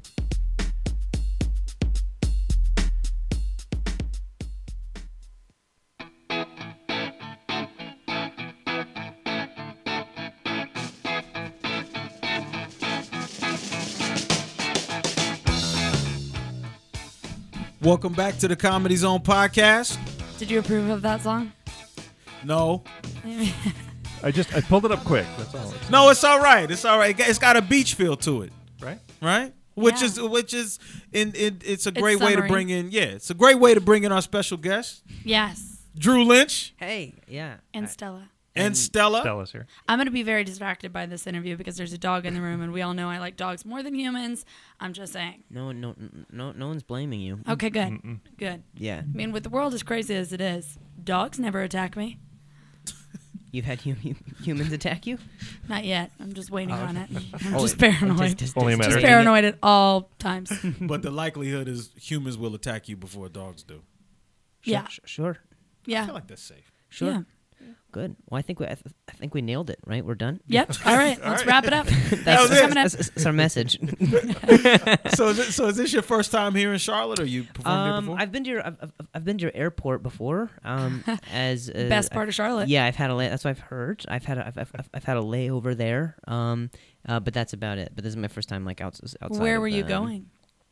Speaker 2: Welcome back to the Comedy Zone podcast.
Speaker 3: Did you approve of that song?
Speaker 2: No,
Speaker 4: I just I pulled it up quick. That's all.
Speaker 2: no, it's all right. It's all right. It got- It's got a beach feel to it,
Speaker 4: Right?
Speaker 2: right? Which
Speaker 3: Yeah.
Speaker 2: is which is in, in it's a great way to
Speaker 3: summery.
Speaker 2: bring in. Yeah, it's a great way to bring in our special guest,
Speaker 3: Yes.
Speaker 2: Drew Lynch
Speaker 5: Hey, yeah.
Speaker 3: And Stella.
Speaker 2: and,
Speaker 5: And
Speaker 2: Stella.
Speaker 4: Stella's here.
Speaker 3: I'm going to be very distracted by this interview because there's a dog in the room, and we all know I like dogs more than humans. I'm just saying.
Speaker 5: No, no, no, no one's blaming you.
Speaker 3: Okay, good. Good.
Speaker 5: Yeah,
Speaker 3: I mean, with the world as crazy as it is, dogs never attack me.
Speaker 5: you've had hum- humans attack you.
Speaker 3: Not yet. I'm just waiting on it. I'm [LAUGHS]
Speaker 5: Oh,
Speaker 3: just
Speaker 5: it- it
Speaker 3: paranoid. Just,
Speaker 4: Only a matter
Speaker 5: just
Speaker 4: of-
Speaker 5: waiting.
Speaker 3: paranoid at all
Speaker 5: [LAUGHS]
Speaker 3: times.
Speaker 2: But the likelihood is humans will attack you before dogs do.
Speaker 5: Sure,
Speaker 3: yeah.
Speaker 5: sh- Sure.
Speaker 2: I
Speaker 3: Yeah.
Speaker 2: feel like that's safe.
Speaker 5: Sure.
Speaker 3: Yeah.
Speaker 5: Good. Well, I think we, I, th- I think we nailed it. Right?
Speaker 3: [LAUGHS]
Speaker 5: We're done.
Speaker 3: Yep.
Speaker 5: [LAUGHS]
Speaker 3: All right. Let's wrap it up. Thanks
Speaker 5: That's,
Speaker 3: for coming up.
Speaker 5: that's, that's
Speaker 3: [LAUGHS]
Speaker 5: our message.
Speaker 2: so, is it, so is this your first time here in Charlotte, or you performed here
Speaker 5: um,
Speaker 2: before?
Speaker 5: I've been to your, I've, I've- I've been to your airport before.
Speaker 3: [LAUGHS]
Speaker 5: Um, as uh,
Speaker 3: Best
Speaker 5: I-
Speaker 3: part of Charlotte.
Speaker 5: Yeah, I've had a lay- that's what I've heard. I've had a, I've, I've, I've had a layover there. Um, uh, but that's about it. But this is my first time like outs- outside.
Speaker 3: Where
Speaker 5: of
Speaker 3: were you
Speaker 5: the-
Speaker 3: going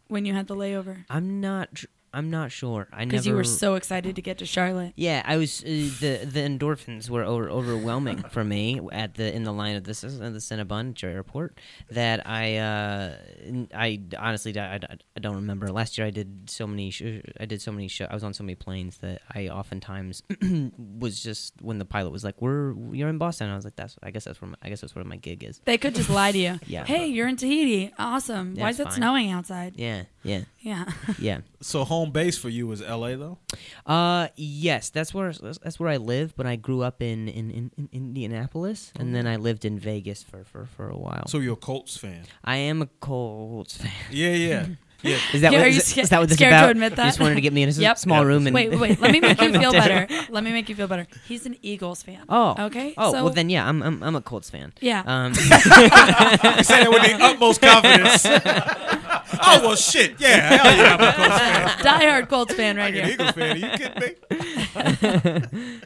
Speaker 3: when you had the layover?
Speaker 5: I'm not. sh- I'm not sure. I
Speaker 3: Because
Speaker 5: never.
Speaker 3: you were so excited to get to Charlotte.
Speaker 5: Yeah, I was uh, the the endorphins were over, overwhelming for me at the in the line of this is the Cinnabon at your airport that I uh, n- I d- honestly d- I, d- I don't remember last year I did so many sh- I did so many show I was on so many planes that I oftentimes [CLEARS THROAT] was just when the pilot was like we're you're in Boston I was like that's I guess that's where my, I guess that's where my gig is
Speaker 3: They could just lie to you.
Speaker 5: [LAUGHS] Yeah.
Speaker 3: Hey, you're in Tahiti. Awesome. Why
Speaker 5: That's
Speaker 3: is it
Speaker 5: fine.
Speaker 3: snowing outside?
Speaker 5: yeah yeah
Speaker 3: Yeah.
Speaker 5: yeah.
Speaker 2: so home base for you is L.A. though.
Speaker 5: Uh, yes, that's where that's that's where I live. But I grew up in in, in, in Indianapolis, and then I lived in Vegas for for, for a while.
Speaker 2: So you're a Colts fan.
Speaker 5: I am a Colts fan.
Speaker 2: Yeah, yeah, [LAUGHS] yeah.
Speaker 5: Is [LAUGHS] that
Speaker 3: Yeah,
Speaker 5: what
Speaker 3: are
Speaker 5: is
Speaker 3: you
Speaker 5: it-
Speaker 3: sca-
Speaker 5: is that what this is
Speaker 3: scared to
Speaker 5: about?
Speaker 3: admit
Speaker 5: You just
Speaker 3: that?
Speaker 5: wanted to get me [LAUGHS] in a s-
Speaker 3: Yep.
Speaker 5: small room and
Speaker 3: Wait, wait. Let me make
Speaker 5: [LAUGHS]
Speaker 3: you feel better. Let me make you feel better. He's an Eagles fan.
Speaker 5: Oh,
Speaker 3: Okay.
Speaker 5: Oh,
Speaker 3: so,
Speaker 5: well then, yeah, I'm I'm, I'm a Colts fan.
Speaker 3: Yeah.
Speaker 5: Um,
Speaker 2: I say
Speaker 5: [LAUGHS]
Speaker 2: that with the utmost confidence. [LAUGHS] oh well, shit. Yeah, hell yeah, I'm a Colts fan.
Speaker 3: [LAUGHS] diehard Colts fan right
Speaker 2: Like an
Speaker 3: here.
Speaker 2: Eagles fan. Are you kidding me?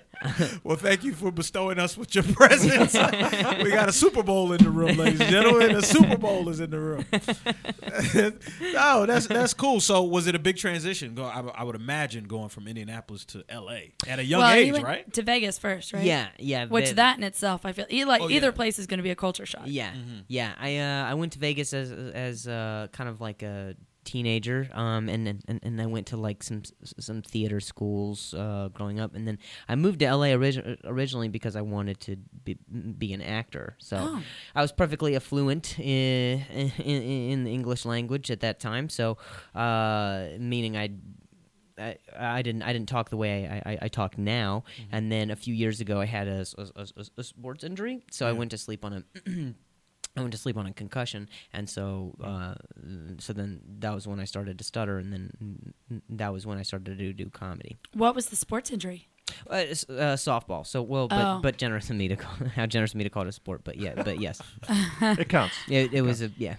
Speaker 2: well, thank you for bestowing us with your presence. we got a Super Bowl in the room, ladies and gentlemen. The Super Bowl is in the room. [LAUGHS] no, that's that's cool. So, was it a big transition? Go, I, would- I would imagine going from Indianapolis to L.A. at a young
Speaker 3: well, he
Speaker 2: age,
Speaker 3: went
Speaker 2: right?
Speaker 3: to Vegas first, right?
Speaker 5: yeah, yeah.
Speaker 3: Which
Speaker 5: the-
Speaker 3: that in itself, I feel e- like
Speaker 2: Oh,
Speaker 3: either
Speaker 2: yeah.
Speaker 3: place is going to be a culture shock.
Speaker 5: Yeah, yeah. I uh, I went to Vegas as as uh, kind of like a teenager, um, and, then- and and I went to like some s- some theater schools uh, growing up, and then I moved to LA origi- originally because I wanted to be, be an actor. So
Speaker 3: Oh.
Speaker 5: I was perfectly affluent in, in in the English language at that time. So uh, meaning I. I, I didn't I didn't talk the way I, I, I talk now.
Speaker 3: Mm-hmm.
Speaker 5: And then a few years ago, I had a, s- a s- a s- a sports injury, so I went to sleep on a [CLEARS THROAT] I went to sleep on a concussion, and so uh, so then that was when I started to stutter, and then that was when I started to do comedy.
Speaker 3: What was the sports injury?
Speaker 5: Uh, s- uh, softball. So well, but
Speaker 3: Oh.
Speaker 5: but generous of me to call, [LAUGHS] how generous of me to call it a sport, but yeah, but yes,
Speaker 4: it counts.
Speaker 5: it, it was a yeah.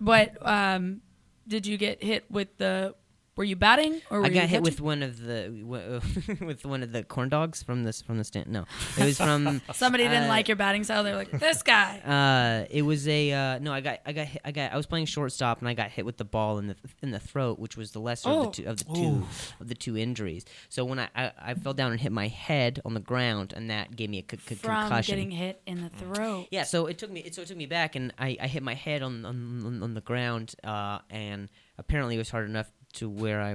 Speaker 3: But um, did you get hit with the? Were you batting or were
Speaker 5: I got
Speaker 3: you
Speaker 5: hit with
Speaker 3: catching?
Speaker 5: one of the w- [LAUGHS] with one of the corn dogs from this from the stand. No, it
Speaker 3: [LAUGHS]
Speaker 5: was from
Speaker 3: somebody didn't
Speaker 5: uh,
Speaker 3: like your batting style. They were like, "This
Speaker 5: [LAUGHS]
Speaker 3: guy."
Speaker 5: Uh, it was a uh, no. I got I got hit, I got I was playing shortstop and I got hit with the ball in the in the throat, which was the lesser
Speaker 3: Oh.
Speaker 5: of the two of the two of the two injuries. So when I, I I fell down and hit my head on the ground, and that gave me a c- c-
Speaker 3: from
Speaker 5: concussion.
Speaker 3: getting hit in the throat.
Speaker 5: yeah, so it took me. It, so it took me back, and I, I hit my head on on, on- on the ground, uh, and apparently it was hard enough to where I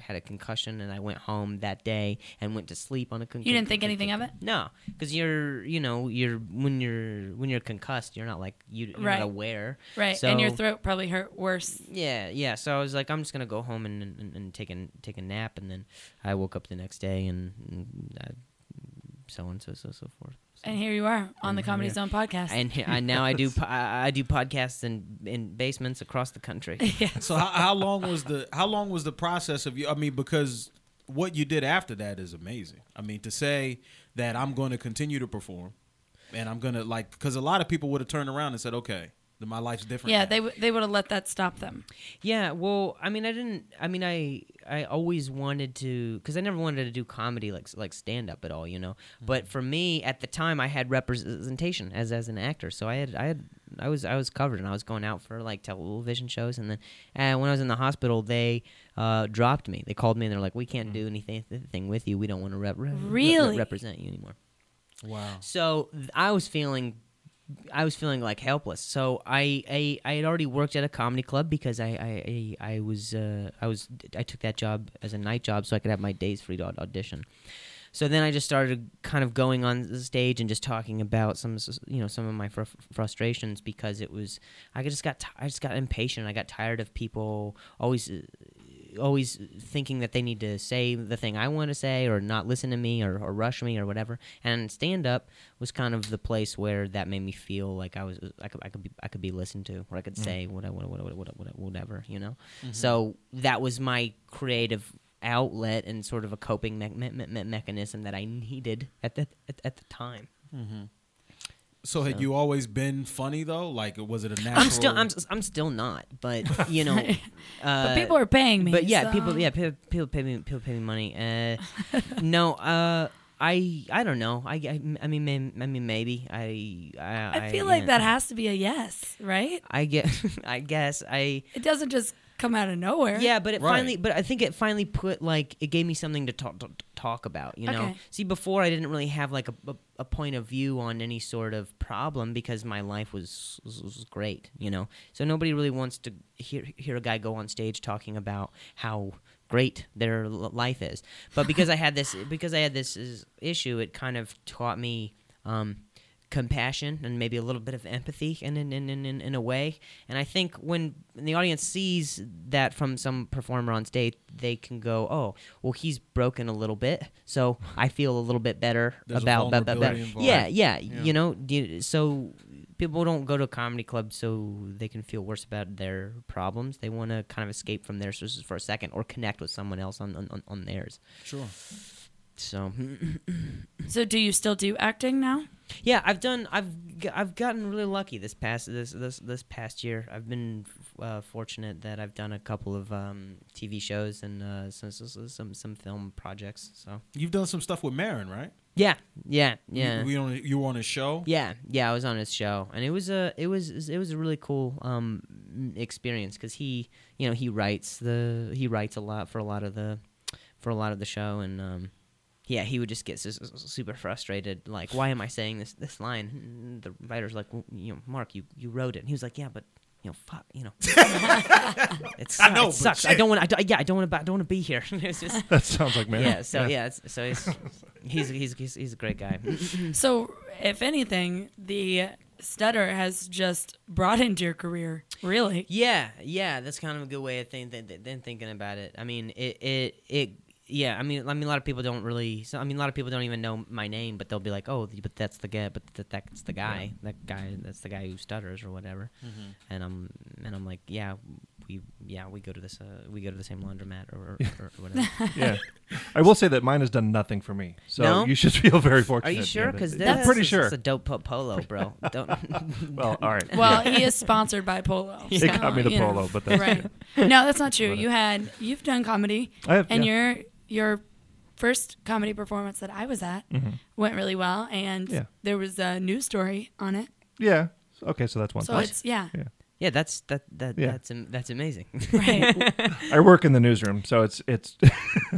Speaker 5: had a concussion, and I went home that day and went to sleep on a concussion.
Speaker 3: You didn't think anything of it?
Speaker 5: No, because you're, you know, you're when you're when you're concussed, you're not like you, you're
Speaker 3: Right.
Speaker 5: not aware,
Speaker 3: Right.
Speaker 5: So,
Speaker 3: and your throat probably hurt worse.
Speaker 5: Yeah, yeah. So I was like, I'm just gonna go home and and, and take a take a nap, and then I woke up the next day and, and I, so on so so so forth. So.
Speaker 3: And here you are on the Comedy
Speaker 5: yeah.
Speaker 3: Zone podcast.
Speaker 5: And he- I, now I do po- I, I do podcasts in in basements across the country.
Speaker 2: So how, how long was the how long was the process of you? I mean, because what you did after that is amazing. I mean, to say that I'm going to continue to perform, and I'm going to like because a lot of people would have turned around and said, "Okay, then my life's different."
Speaker 3: yeah,
Speaker 2: now."
Speaker 3: they w- they would have let that stop them.
Speaker 5: Yeah, well, I mean, I didn't. I mean, I I always wanted to because I never wanted to do comedy like like stand up at all, you know. But for me, at the time, I had representation as as an actor, so I had I had I was I was covered, and I was going out for like television shows, and then uh, when I was in the hospital, they uh, dropped me. They called me and they're like, "We can't do anything thing with you. We don't want to rep- rep- rep-
Speaker 3: Really?
Speaker 5: represent you anymore."
Speaker 2: wow.
Speaker 5: So th- I was feeling, I was feeling like helpless. So I, I, I had already worked at a comedy club because I, I, I, I was, uh, I was, I took that job as a night job so I could have my days free to au- audition. So then I just started kind of going on the stage and just talking about some, s- you know, some of my fr- frustrations because it was, I just got, t- I just got impatient. I got tired of people always uh, always thinking that they need to say the thing I want to say or not listen to me or, or rush me or whatever. And stand up was kind of the place where that made me feel like I was I could I could be I could be listened to or I could say what I what I- what I- what I- what I- whatever you know. So that was my creative outlet and sort of a coping me- me- me- me- mechanism that I needed at the at, at the time.
Speaker 2: So had you always been funny though? Like, was it a natural?
Speaker 5: I'm still I'm, s- I'm still not, but you know, uh,
Speaker 3: But people are paying me.
Speaker 5: But yeah,
Speaker 3: so-
Speaker 5: people yeah people, people pay me people pay me money. Uh, no, uh, I I don't know. I I, I mean may, I mean maybe I I,
Speaker 3: I feel like that
Speaker 5: yeah.
Speaker 3: has to be a yes, right?
Speaker 5: I get [LAUGHS] I guess I
Speaker 3: It doesn't just come out of nowhere.
Speaker 5: yeah, but it
Speaker 2: Right.
Speaker 5: finally but I think it finally put like it gave me something to talk to, talk about. You know,
Speaker 3: Okay.
Speaker 5: see before I didn't really have like a, a, a point of view on any sort of problem because my life was, was was great. You know, so nobody really wants to hear hear a guy go on stage talking about how great their l- life is. But because I had this because I had this is- issue, it kind of taught me. Um, compassion and maybe a little bit of empathy in in, in, in, in a way and i think when the audience sees that from some performer on stage they can go oh well he's broken a little bit so i feel a little bit better
Speaker 2: There's a
Speaker 5: about but- but- but-
Speaker 2: vulnerability involved.
Speaker 5: yeah yeah you know d- so people don't go to a comedy club so they can feel worse about their problems they want to kind of escape from their sources for a second or connect with someone else on on, on- on theirs
Speaker 2: sure.
Speaker 5: so hmm.
Speaker 3: So do you still do acting now?
Speaker 5: Yeah, I've done. I've g- I've gotten really lucky this past this this this past year. I've been uh, fortunate that I've done a couple of um, TV shows and uh, some, some some some film projects. So
Speaker 2: You've done some stuff with Marin, right?
Speaker 5: yeah, yeah, yeah.
Speaker 2: You, we on, you were on a show.
Speaker 5: Yeah, yeah, I was on his show, and it was a it was it was a really cool um experience because he you know he writes the he writes a lot for a lot of the for a lot of the show and um yeah he would just get su- su- super frustrated like why am I saying this this line And the writer's like well, you know Mark you you wrote it and he was like yeah but you know, fuck, you
Speaker 2: [LAUGHS]
Speaker 5: know. it's,
Speaker 2: I know,
Speaker 5: it
Speaker 2: but
Speaker 5: sucks. I
Speaker 2: shit.
Speaker 5: don't want. I don't, yeah, I don't want to. I don't want to be here. [LAUGHS] it's
Speaker 2: [LAUGHS]
Speaker 5: just.
Speaker 4: That sounds like man.
Speaker 5: Yeah. [LAUGHS] So yeah. it's, so he's, he's he's he's he's a great guy.
Speaker 4: Hmm.
Speaker 3: So, if anything, the stutter has just broadened your career, really.
Speaker 5: Yeah, yeah, that's kind of a good way of think, th- th- then thinking about it. I mean, it, it, it, yeah. I mean, I mean, a lot of people don't really. So, I mean, a lot of people don't even know my name, but they'll be like, "Oh, but that's the guy. But th- that's the guy. That guy. That's the guy who stutters or whatever." And I'm, and I'm like, "Yeah, we, yeah, we go to this, uh, we go to the same laundromat or, or, [LAUGHS] or whatever."
Speaker 4: [LAUGHS] yeah. I will say that mine has done nothing for me, so
Speaker 5: No?
Speaker 4: you should feel very fortunate.
Speaker 5: Are you sure? Because
Speaker 4: Because I'm pretty sure.
Speaker 5: It's a dope po- polo, bro. [LAUGHS] Don't.
Speaker 4: well, all right.
Speaker 3: Well, he
Speaker 4: [LAUGHS]
Speaker 3: is sponsored by Polo.
Speaker 4: It got me to
Speaker 3: you know,
Speaker 4: Polo, but that's [LAUGHS] uh,
Speaker 3: right. No, that's not true. You had you've done comedy,
Speaker 4: I have,
Speaker 3: and
Speaker 4: yeah.
Speaker 3: your your first comedy performance that I was at went really well, and
Speaker 4: Mm-hmm. Yeah.
Speaker 3: there was a news story on it.
Speaker 4: yeah. Okay, so that's one.
Speaker 3: So
Speaker 4: thing.
Speaker 3: it's yeah,
Speaker 4: Yeah.
Speaker 5: yeah, that's that that
Speaker 4: Yeah.
Speaker 5: that's am- that's amazing. [LAUGHS]
Speaker 3: right.
Speaker 4: I work in the newsroom, so it's it's [LAUGHS]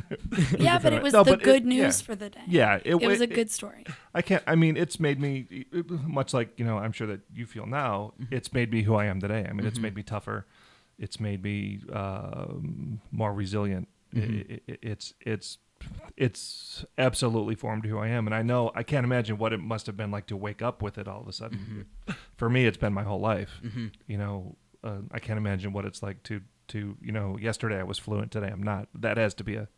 Speaker 3: yeah, but it was
Speaker 4: No,
Speaker 3: the
Speaker 4: but it-
Speaker 3: good news
Speaker 4: yeah.
Speaker 3: for the day.
Speaker 4: yeah. It,
Speaker 3: It was a
Speaker 4: it-
Speaker 3: good story.
Speaker 4: I can't. I mean, it's made me much like you know. I'm sure that you feel now. It's made me who I am today. I mean, it's made me tougher. It's made me um, more resilient. I- I- I- it's it's it's absolutely formed who I am, and I know I can't imagine what it must have been like to wake up with it all of a sudden. For me, it's been my whole life. You know, uh, I can't imagine what it's like to to you know. Yesterday I was fluent. Today I'm not. That has to be a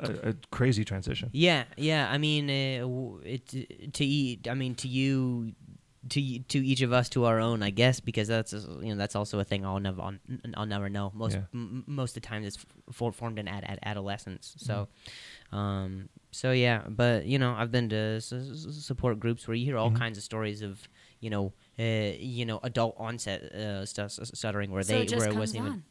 Speaker 4: a, a crazy transition.
Speaker 5: Yeah, yeah. I mean, uh, w- it to eat. I mean, to you, to y- to each of us, to our own, I guess, because that's uh, you know that's also a thing I'll never I'll, n- I'll never know. Most
Speaker 4: Yeah.
Speaker 5: m- m- most of the time, it's f- for, formed in ad- ad- adolescence. So, um, so yeah. But you know, I've been to s- s- support groups where you hear all kinds of stories of you know. Uh, you know, adult onset uh, stu- stu- stuttering, where
Speaker 3: so
Speaker 5: they
Speaker 3: it just
Speaker 5: where it
Speaker 3: comes
Speaker 5: wasn't even
Speaker 3: on.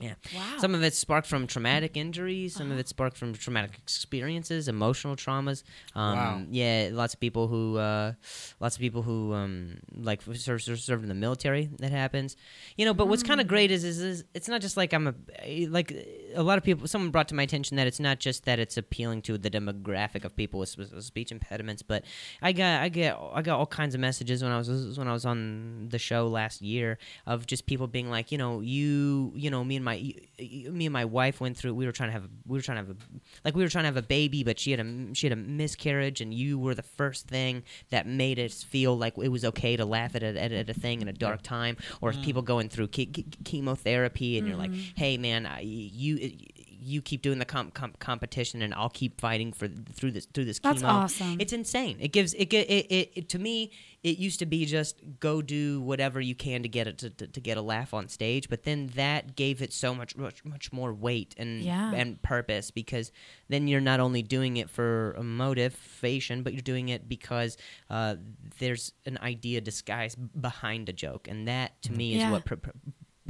Speaker 5: yeah.
Speaker 3: Wow.
Speaker 5: Some of it sparked from traumatic injuries. Some of it sparked from traumatic experiences, emotional traumas. Um,
Speaker 2: Wow.
Speaker 5: Yeah, lots of people who, uh, lots of people who um, like served, served in the military. That happens. You know, but what's kind of great is, is is it's not just like I'm a like a lot of people. Someone brought to my attention that it's not just that it's appealing to the demographic of people with, with speech impediments, but I got I get I got all kinds of messages when I was when I was on the show last year of just people being like, you know, you you know, me and my you- you- me and my wife went through. We were trying to have a, we were trying to have a like we were trying to have a baby, but she had a she had a miscarriage, and you were the first thing that made us feel like it was okay to laugh at a, at, a- at a thing in a dark time, or
Speaker 3: Mm.
Speaker 5: people going through ke- ke- chemotherapy, and you're like,
Speaker 3: Mm-hmm.
Speaker 5: hey man, I, you. You keep doing the comp- comp- competition, and I'll keep fighting for through this through this
Speaker 3: That's
Speaker 5: chemo.
Speaker 3: awesome.
Speaker 5: It's insane. It gives it, ge- it, it, it to me. It used to be just go do whatever you can to get it to, to, to get a laugh on stage, but then that gave it so much much, much more weight and
Speaker 3: Yeah.
Speaker 5: and purpose because then you're not only doing it for a motivation, but you're doing it because uh, there's an idea disguised behind a joke, and that to me is
Speaker 3: Yeah.
Speaker 5: what. Pro- pro-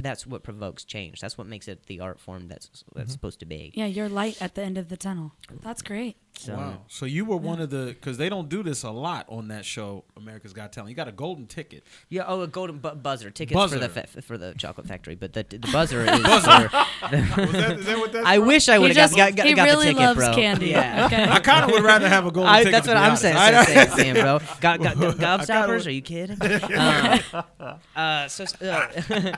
Speaker 5: that's what provokes change. That's what makes it the art form that's that's supposed to be.
Speaker 3: yeah, you're light at the end of the tunnel. That's great.
Speaker 5: So,
Speaker 2: wow. So you were one of the because they don't do this a lot on that show, America's Got Talent. You got a golden ticket.
Speaker 5: Yeah. Oh, a golden bu- buzzer tickets for the
Speaker 2: Buzzer.
Speaker 5: fa- for the chocolate factory, but the, the buzzer is. For,
Speaker 2: Was that, is that what that?
Speaker 5: I wish I would
Speaker 3: He
Speaker 5: have got,
Speaker 3: just
Speaker 5: got, got,
Speaker 3: he
Speaker 5: got
Speaker 3: really
Speaker 5: the ticket,
Speaker 3: loves
Speaker 5: bro.
Speaker 3: candy. [LAUGHS]
Speaker 5: Yeah.
Speaker 3: Okay.
Speaker 2: [LAUGHS] I kind of would rather have a golden
Speaker 5: I,
Speaker 2: ticket.
Speaker 5: that's
Speaker 2: to
Speaker 5: what
Speaker 2: be
Speaker 5: I'm
Speaker 2: honest.
Speaker 5: saying,
Speaker 2: I-
Speaker 5: saying, saying, saying, bro.
Speaker 2: [LAUGHS]
Speaker 5: Got, got, got gobstoppers? Are you kidding? Uh, uh, so, uh,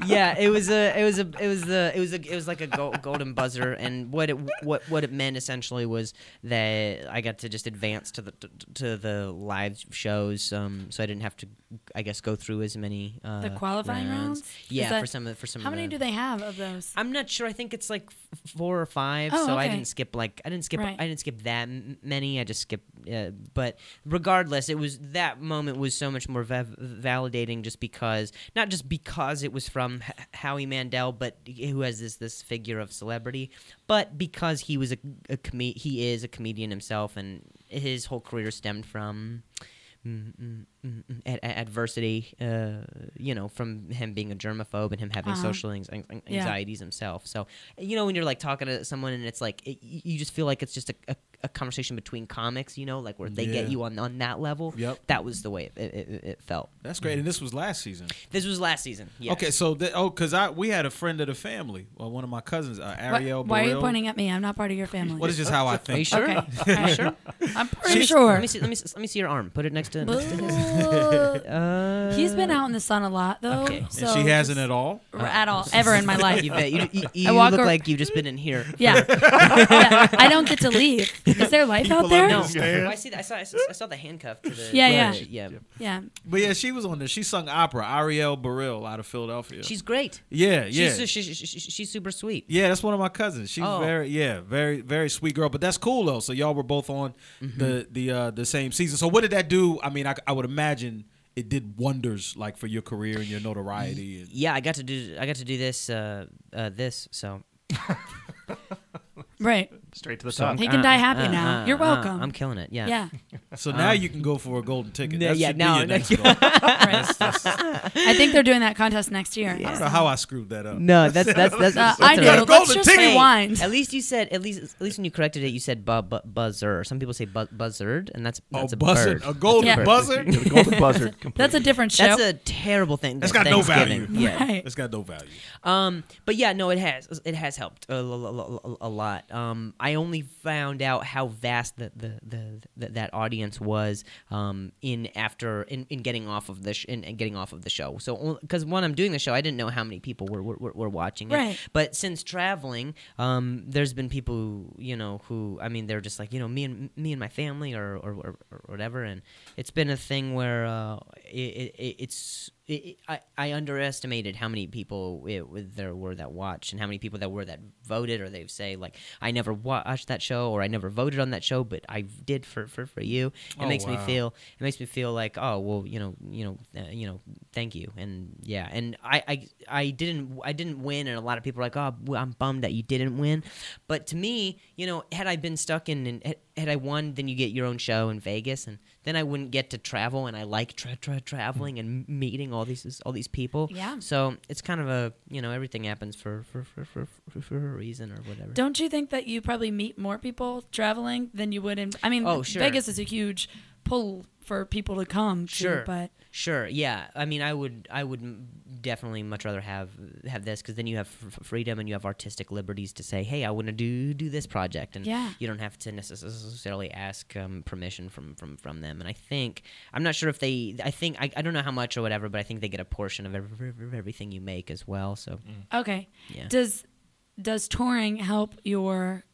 Speaker 5: [LAUGHS] yeah, it was a, it was a, it was the, it was a, it was like a go- golden buzzer, and what it, what, what it meant essentially was that I got to just advance to the, to, the live shows, um, so I didn't have to, I guess, go through as many uh,
Speaker 3: The qualifying rounds? Is
Speaker 5: Yeah,
Speaker 3: that-
Speaker 5: for some, of- for some.
Speaker 3: How
Speaker 5: of
Speaker 3: many
Speaker 5: the,
Speaker 3: do they have of those?
Speaker 5: I'm not sure. I think it's like f- four or five.
Speaker 3: Oh,
Speaker 5: so I
Speaker 3: okay.
Speaker 5: didn't skip like I didn't skip
Speaker 3: Right.
Speaker 5: I didn't skip that m- many. I just skipped. Uh, but regardless, it was that moment was so much more va- validating just because not just because it was from H- Howie Mandel, but who has this this figure of celebrity, but because he was a, a com- he is a comedian himself, and his whole career stemmed from. mm, mm, mm, mm, ad- ad- adversity, uh, you know, from him being a germaphobe and him having
Speaker 3: Uh-huh.
Speaker 5: social anx- anx- anx-
Speaker 3: Yeah.
Speaker 5: anxieties himself. So you know when you're like talking to someone and it's like it, you you just feel like it's just a, a, a a conversation between comics, you know, like where they
Speaker 2: Yeah.
Speaker 5: get you on on that level.
Speaker 2: Yep.
Speaker 5: That was the way it, it, it, it felt.
Speaker 2: That's great. And this was last season.
Speaker 5: This was last season. Mm-hmm. Yes.
Speaker 2: Okay, so th- oh, because I we had a friend of the family, well, one of my cousins, uh,
Speaker 3: Why-
Speaker 2: Ariel.
Speaker 3: Why are you
Speaker 2: Burrell.
Speaker 3: pointing at me? I'm not part of your family.
Speaker 2: What is just how I
Speaker 5: Are you
Speaker 2: think.
Speaker 5: sure? [LAUGHS]
Speaker 3: Okay. all
Speaker 5: Are you
Speaker 3: right.
Speaker 5: sure?
Speaker 3: I'm
Speaker 5: Let
Speaker 3: pretty [LAUGHS]
Speaker 5: me-
Speaker 3: sure.
Speaker 5: Let me see. Let me see, let me see your arm. Put it next to. Next to his.
Speaker 3: Boo.
Speaker 5: Uh,
Speaker 3: [LAUGHS] He's been out in the sun a lot though.
Speaker 5: Okay. And
Speaker 2: and
Speaker 3: So
Speaker 2: she hasn't
Speaker 3: just-
Speaker 2: at all.
Speaker 3: or at
Speaker 5: [LAUGHS]
Speaker 3: all ever in my life.
Speaker 5: You bet. You, you, you
Speaker 3: I walk
Speaker 5: look
Speaker 3: ar-
Speaker 5: like you've just been in here. [LAUGHS]
Speaker 3: Yeah. Yeah. I don't get to leave. Is there life out there?
Speaker 5: No.
Speaker 2: Understand?
Speaker 5: Well, I see that. I saw. I saw, I saw the handcuff to the.
Speaker 3: Yeah, yeah.
Speaker 5: the- yeah.
Speaker 3: Yeah.
Speaker 2: But yeah, she was on there. She sung opera. Ariel Burrell out of Philadelphia.
Speaker 5: She's great.
Speaker 2: yeah, yeah.
Speaker 5: She's, she, she, she, she's super sweet.
Speaker 2: Yeah, that's one of my cousins. She's
Speaker 5: Oh.
Speaker 2: very yeah, very very sweet girl. But that's cool though. So y'all were both on
Speaker 5: Mm-hmm.
Speaker 2: the the uh, the same season. So what did that do? I mean, I, I would imagine it did wonders like for your career and your notoriety. And,
Speaker 5: Yeah, I got to do. I got to do this. Uh, uh, this. So
Speaker 3: Right.
Speaker 4: Straight to the
Speaker 5: so
Speaker 4: top.
Speaker 5: I'm-
Speaker 3: He can die happy now. You're welcome.
Speaker 5: uh, I'm killing it. Yeah.
Speaker 3: Yeah.
Speaker 5: [LAUGHS]
Speaker 2: so now you can go for a golden ticket.
Speaker 5: No,
Speaker 2: That
Speaker 5: uh, yeah,
Speaker 2: should be
Speaker 5: no,
Speaker 2: your
Speaker 5: no.
Speaker 2: next goal.
Speaker 5: [LAUGHS]
Speaker 2: I
Speaker 3: Right. I think they're doing that contest next year.
Speaker 2: don't
Speaker 5: Uh,
Speaker 2: know how I screwed that up.
Speaker 5: No, that's that's [LAUGHS] that's.
Speaker 3: Uh,
Speaker 5: that's
Speaker 3: I
Speaker 5: all
Speaker 3: do.
Speaker 5: right.
Speaker 2: Got a golden
Speaker 3: Let's just
Speaker 2: ticket.
Speaker 3: rewind.
Speaker 5: At least you said at least at least when you corrected it, you said bu- bu- buzzer. Some people say bu- buzzard, and that's
Speaker 2: A
Speaker 5: that's a
Speaker 2: Oh, buzzard,
Speaker 5: bird.
Speaker 2: a golden
Speaker 3: Yeah.
Speaker 2: buzzard.
Speaker 4: You're the golden buzzard.
Speaker 3: That's a
Speaker 4: completely.
Speaker 3: different show.
Speaker 5: That's a terrible thing.
Speaker 2: That's got no
Speaker 5: Thanksgiving.
Speaker 2: value.
Speaker 5: Yeah.
Speaker 3: Right.
Speaker 2: It's got no value.
Speaker 5: Um, but yeah, no, it has it has helped a, l- l- l- a lot. Um, I only found out how vast the, the, the, the that audience was um, in after in, in getting off of the sh- in, in getting off of the show. So because when I'm doing the show, I didn't know how many people were were, were- were watching it.
Speaker 3: Right.
Speaker 5: But since traveling, um, there's been people who, you know who I mean they're just like you know me and me and my family or or, or, or whatever, and it's been a thing where uh, it, it, it's it, it- I I underestimated how many people it, with- there were that watched and how many people that were that voted or they say like I never watched that show or I never voted on that show, but I did for for, for you. It
Speaker 2: Oh,
Speaker 5: makes me
Speaker 2: wow.
Speaker 5: feel feel- it makes me feel like oh well you know you know uh, you know thank you and yeah and I, I I didn't I didn't win and a lot of people are like oh well, I'm bummed that you didn't win but to me you know had I been stuck in and had- had I won then you get your own show in Vegas and then I wouldn't get to travel and I like tra- tra- traveling and meeting all these all these people
Speaker 3: Yeah.
Speaker 5: so it's kind of a you know everything happens for for for for, for, for a reason or whatever
Speaker 3: Don't you think that you probably meet more people traveling than you would in? I mean,
Speaker 5: Oh, sure.
Speaker 3: Vegas is a huge pull for people to come. to,
Speaker 5: Sure,
Speaker 3: but
Speaker 5: sure, yeah. I mean, I would, I would m- definitely much rather have have this because then you have f- f- freedom and you have artistic liberties to say, hey, I want to do do this project, and
Speaker 3: Yeah.
Speaker 5: you don't have to necessarily ask um, permission from from from them. And I think I'm not sure if they, I think I, I don't know how much or whatever, but I think they get a portion of ev- ev- everything you make as well. So
Speaker 3: okay,
Speaker 5: Yeah.
Speaker 3: does does touring help your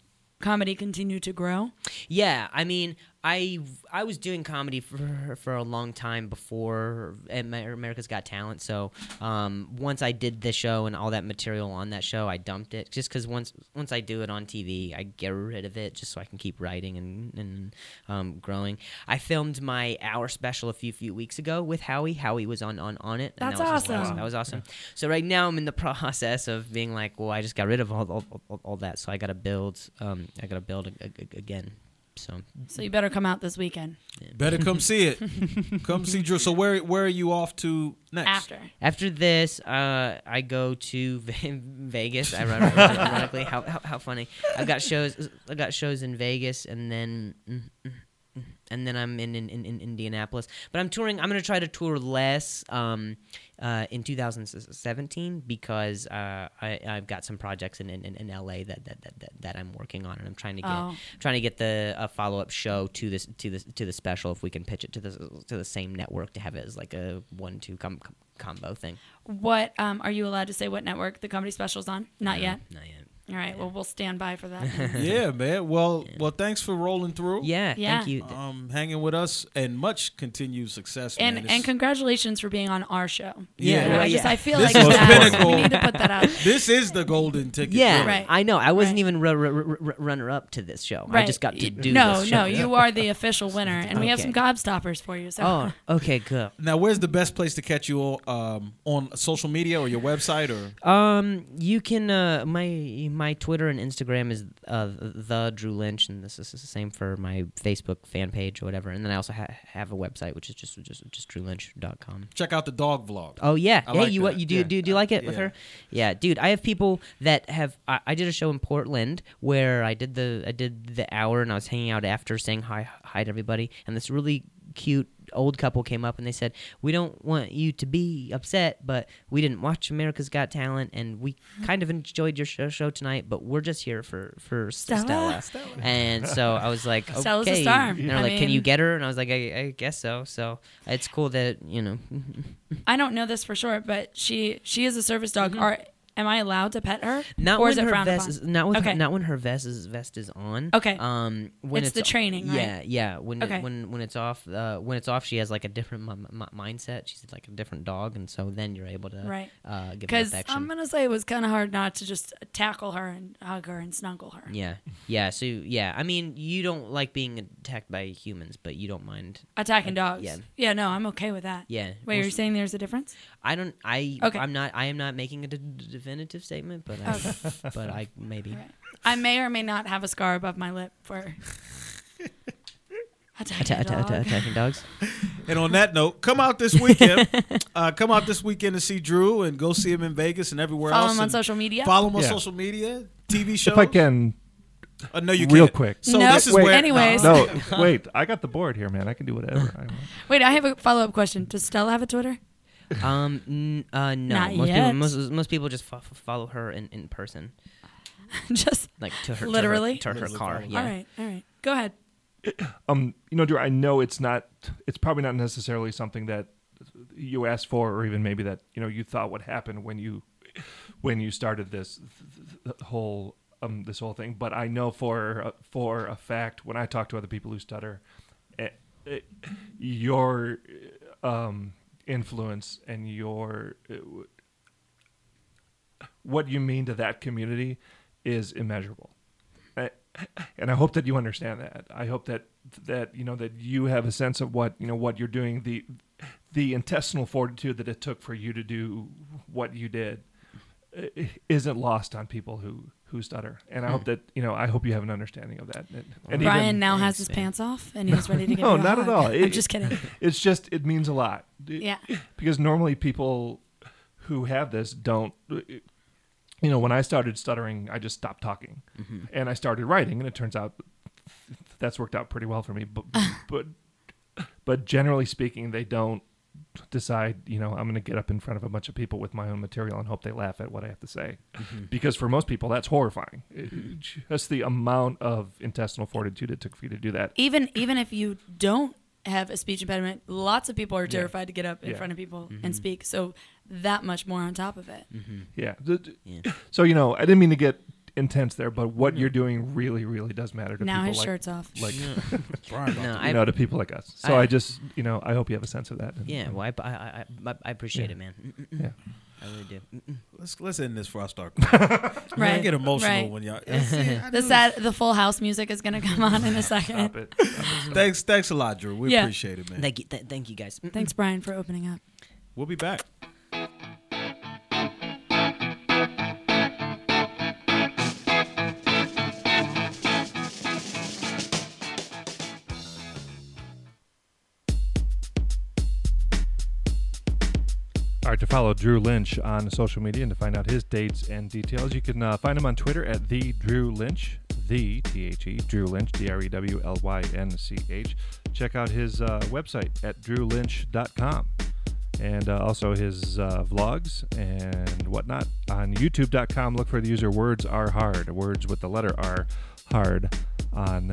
Speaker 3: comedy continue to grow?
Speaker 5: Yeah, I mean, I I was doing comedy for for a long time before Amer- America's Got Talent. So um, once I did the show and all that material on that show, I dumped it just because once once I do it on TV, I get rid of it just so I can keep writing and and um, growing. I filmed my hour special a few few weeks ago with Howie. Howie was on on on it.
Speaker 3: That's
Speaker 5: that was his last-
Speaker 3: awesome.
Speaker 5: That was awesome. So right now I'm in the [LAUGHS] process of being like, well, I just got rid of all all, all, all that, so I got to build. Um, I got to build a, a- again. So
Speaker 3: So you better come out this weekend
Speaker 2: Better come see it.
Speaker 3: [LAUGHS]
Speaker 2: come see Drew. So where where are you off to next?
Speaker 3: after.
Speaker 5: after this, uh, I go to [LAUGHS] Ve- Vegas. Ironically, ironically how, how how funny! I've got shows. I got shows in Vegas, and then. mm, mm, mm, And then I'm in, in, in in Indianapolis, but I'm touring. I'm gonna try to tour less um, uh, in 2017 because uh, I, I've got some projects in, in, in LA that that, that, that that I'm working on, and I'm trying to get
Speaker 3: Oh.
Speaker 5: trying to get the a follow up show to this to this to the special if we can pitch it to the to the same network to have it as like a one two com- com- combo thing.
Speaker 3: What um, are you allowed to say? What network the comedy special's on? Not yet.
Speaker 5: Not yet.
Speaker 3: All right. Well, we'll stand by for
Speaker 5: [LAUGHS]
Speaker 3: that.
Speaker 2: Yeah, man. Well, well, thanks for rolling through.
Speaker 5: Yeah,
Speaker 3: Yeah.
Speaker 5: thank you.
Speaker 2: um, hanging with us and much continued success.
Speaker 3: and
Speaker 2: man. It's-
Speaker 3: and congratulations for being on our show.
Speaker 2: Yeah.
Speaker 3: You know, I
Speaker 5: Yeah.
Speaker 3: just I feel
Speaker 2: This
Speaker 3: like
Speaker 2: was
Speaker 3: that,
Speaker 2: pinnacle.
Speaker 3: we need to put that
Speaker 5: [LAUGHS]
Speaker 3: out.
Speaker 2: this is the golden ticket.
Speaker 5: yeah,
Speaker 2: really.
Speaker 3: Right.
Speaker 5: I know. I wasn't
Speaker 3: Right.
Speaker 5: even r- r- r- runner up to this show. I just got to
Speaker 3: Y-
Speaker 5: do
Speaker 3: no,
Speaker 5: this
Speaker 3: No,
Speaker 5: show.
Speaker 3: you are the official winner, and we have
Speaker 5: Okay.
Speaker 3: some gobstoppers for you. So
Speaker 5: Oh, okay, good.
Speaker 2: Now, where's the best place to catch you all, um, on social media or your website or
Speaker 5: Um, you can uh, my my Twitter and Instagram is uh, the Drew Lynch, and this is the same for my Facebook fan page or whatever. And then I also ha- have a website which is just just just drewlynch.com.
Speaker 2: Check out the dog vlog.
Speaker 5: Oh yeah,
Speaker 2: I
Speaker 5: yeah.
Speaker 2: like
Speaker 5: you
Speaker 2: that.
Speaker 5: you do
Speaker 2: Yeah.
Speaker 5: do do you like it with
Speaker 2: Yeah.
Speaker 5: her? Yeah, dude. I have people that have. I, I did a show in Portland where I did the I did the hour and I was hanging out after, saying hi hi to everybody, and this really cute old couple came up and they said, "We don't want you to be upset, but we didn't watch America's Got Talent, and we
Speaker 2: Hmm.
Speaker 5: kind of enjoyed your show, show tonight, but we're just here for for Stella."
Speaker 3: Stella.
Speaker 5: And so I was like,
Speaker 3: Stella's a
Speaker 5: "Okay."
Speaker 3: star.
Speaker 5: And they're
Speaker 3: I
Speaker 5: like, "Can you
Speaker 3: mean-
Speaker 5: get her?" And I was like, I, "I guess so." So it's cool that you know.
Speaker 3: I don't know this for sure, but she she is a service dog. Are am I allowed to pet her?
Speaker 5: Mm-hmm. Not
Speaker 3: or
Speaker 5: when
Speaker 3: is it
Speaker 5: her
Speaker 3: frowned upon?
Speaker 5: vest is not with
Speaker 3: okay.
Speaker 5: not when her vest is vest is on.
Speaker 3: Okay.
Speaker 5: Um, when
Speaker 3: It's
Speaker 5: it's,
Speaker 3: the training, right?
Speaker 5: Yeah, yeah. When it-
Speaker 3: Okay.
Speaker 5: when when it's off, uh, when it's off, she has like a different m- m- mindset. She's like a different dog, and so then you're able to
Speaker 3: Right.
Speaker 5: uh, give her
Speaker 3: Because
Speaker 5: affection.
Speaker 3: I'm gonna say it was kind of hard not to just tackle her and hug her and snuggle her.
Speaker 5: yeah, yeah. So yeah, I mean, you don't like being attacked by humans, but you don't mind.
Speaker 3: Attacking dogs.
Speaker 5: yeah.
Speaker 3: Yeah. No, I'm okay with that.
Speaker 5: Yeah.
Speaker 3: Wait,
Speaker 5: Well,
Speaker 3: you're
Speaker 5: sh-
Speaker 3: saying there's a difference?
Speaker 5: I don't. I.
Speaker 3: Okay.
Speaker 5: I'm not. I am not making a d- d- definitive statement, but I, but I maybe.
Speaker 3: Alright. I may or may not have a scar above my lip
Speaker 5: [LAUGHS]
Speaker 3: for attacking
Speaker 5: Atta- atta-
Speaker 3: dog.
Speaker 5: atta- attacking dogs.
Speaker 2: And on that note, come out this
Speaker 3: [LAUGHS]
Speaker 2: weekend. uh, come out this weekend to see Drew and go see him in Vegas and everywhere
Speaker 3: Follow
Speaker 2: else.
Speaker 3: him on
Speaker 2: and
Speaker 3: social media.
Speaker 2: Follow him on
Speaker 4: Yeah.
Speaker 2: social media, TV shows.
Speaker 4: If I can,
Speaker 2: Uh, no, you
Speaker 4: Real
Speaker 2: can't.
Speaker 4: quick.
Speaker 2: So
Speaker 3: No.
Speaker 2: this is
Speaker 4: Wait.
Speaker 2: where.
Speaker 3: Anyways.
Speaker 4: no, [LAUGHS] wait. I got the board here, man. I can do whatever I want.
Speaker 3: Wait, I have a follow up question. Does Stella have a Twitter? [LAUGHS]
Speaker 5: Um, n- uh, no.
Speaker 3: Not
Speaker 5: most
Speaker 3: yet.
Speaker 5: people most, most people just fo- follow her in, in person,
Speaker 3: just
Speaker 5: like to her
Speaker 3: Literally?
Speaker 5: to her, to her car. Yeah.
Speaker 3: all right, all right. Go ahead.
Speaker 4: um, you know, Drew, I know it's not, it's probably not necessarily something that you asked for, or even maybe that you know you thought would happen when you, when you started this th- th- th- whole um this whole thing. But I know for uh, for a fact when I talk to other people who stutter, it, it, eh, your um influence and your eh, what you mean to that community is immeasurable. I- And I hope that you understand that. I hope that that you know that you have a sense of what you know what you're doing the the intestinal fortitude that it took for you to do what you did uh, isn't lost on people who who stutter. And I hope that you know I hope you have an understanding of that. And, and
Speaker 3: Brian
Speaker 4: even-
Speaker 3: now has his pants off and he's
Speaker 4: [LAUGHS]
Speaker 3: ready to get
Speaker 4: No,
Speaker 3: a
Speaker 4: not at
Speaker 3: hug.
Speaker 4: all.
Speaker 3: I'm
Speaker 4: It-
Speaker 3: just kidding.
Speaker 4: it's just it means a lot. It-
Speaker 3: Yeah.
Speaker 4: Because normally people who have this don't you know, when I started stuttering, I just stopped talking. And I started writing and it turns out that's worked out pretty well for me, but but but generally speaking, they don't decide, you know, I'm going to get up in front of a bunch of people with my own material and hope they laugh at what I have to say. Because for most people, that's horrifying. It- it- Just the amount of intestinal fortitude it took for you to do that.
Speaker 3: Even even if you don't have a speech impediment, lots of people are terrified to get up in
Speaker 4: Yeah.
Speaker 3: front of people
Speaker 5: Mm-hmm.
Speaker 3: and speak. So that much more on top of it.
Speaker 4: Yeah. Th- th-
Speaker 5: [COUGHS]
Speaker 4: So you know, I didn't mean to get intense there, but what you're doing really, really does matter to
Speaker 3: Now
Speaker 4: people
Speaker 3: his
Speaker 4: like,
Speaker 3: shirt's off.
Speaker 4: like
Speaker 5: No,
Speaker 4: you
Speaker 5: I
Speaker 4: know, to people like us. So I,
Speaker 5: I-
Speaker 4: just, you know, I hope you have a sense of that. And-
Speaker 5: yeah.
Speaker 4: and-
Speaker 5: Well, I I, I, I- I appreciate it, man. Mm, mm,
Speaker 3: Mm-hmm.
Speaker 4: yeah.
Speaker 5: I really do. Mm, mm.
Speaker 2: Let's, let's end this before I start. crying.
Speaker 3: Right.
Speaker 2: I get emotional
Speaker 3: right.
Speaker 2: when y'all. See,
Speaker 3: [LAUGHS]
Speaker 2: I
Speaker 3: the
Speaker 2: do.
Speaker 3: sad, the full house music is gonna come on in a
Speaker 4: Stop
Speaker 3: second.
Speaker 4: it. Stop it. Stop it.
Speaker 2: Thanks, thanks a lot, Drew. We
Speaker 3: Yeah.
Speaker 2: appreciate it, man.
Speaker 5: Thank you, th- thank you guys. Mm, mm.
Speaker 3: Thanks, Brian, for opening up.
Speaker 2: we'll be back.
Speaker 4: All right, to follow Drew Lynch on social media and to find out his dates and details, you can uh, find him on Twitter at the Drew Lynch, the T H E Drew Lynch, D R E W L Y N C H. Check out his uh, website at drewlynch.com and uh, also his uh, vlogs and whatnot on youtube.com. Look for the user Words Are Hard, words with the letter R hard on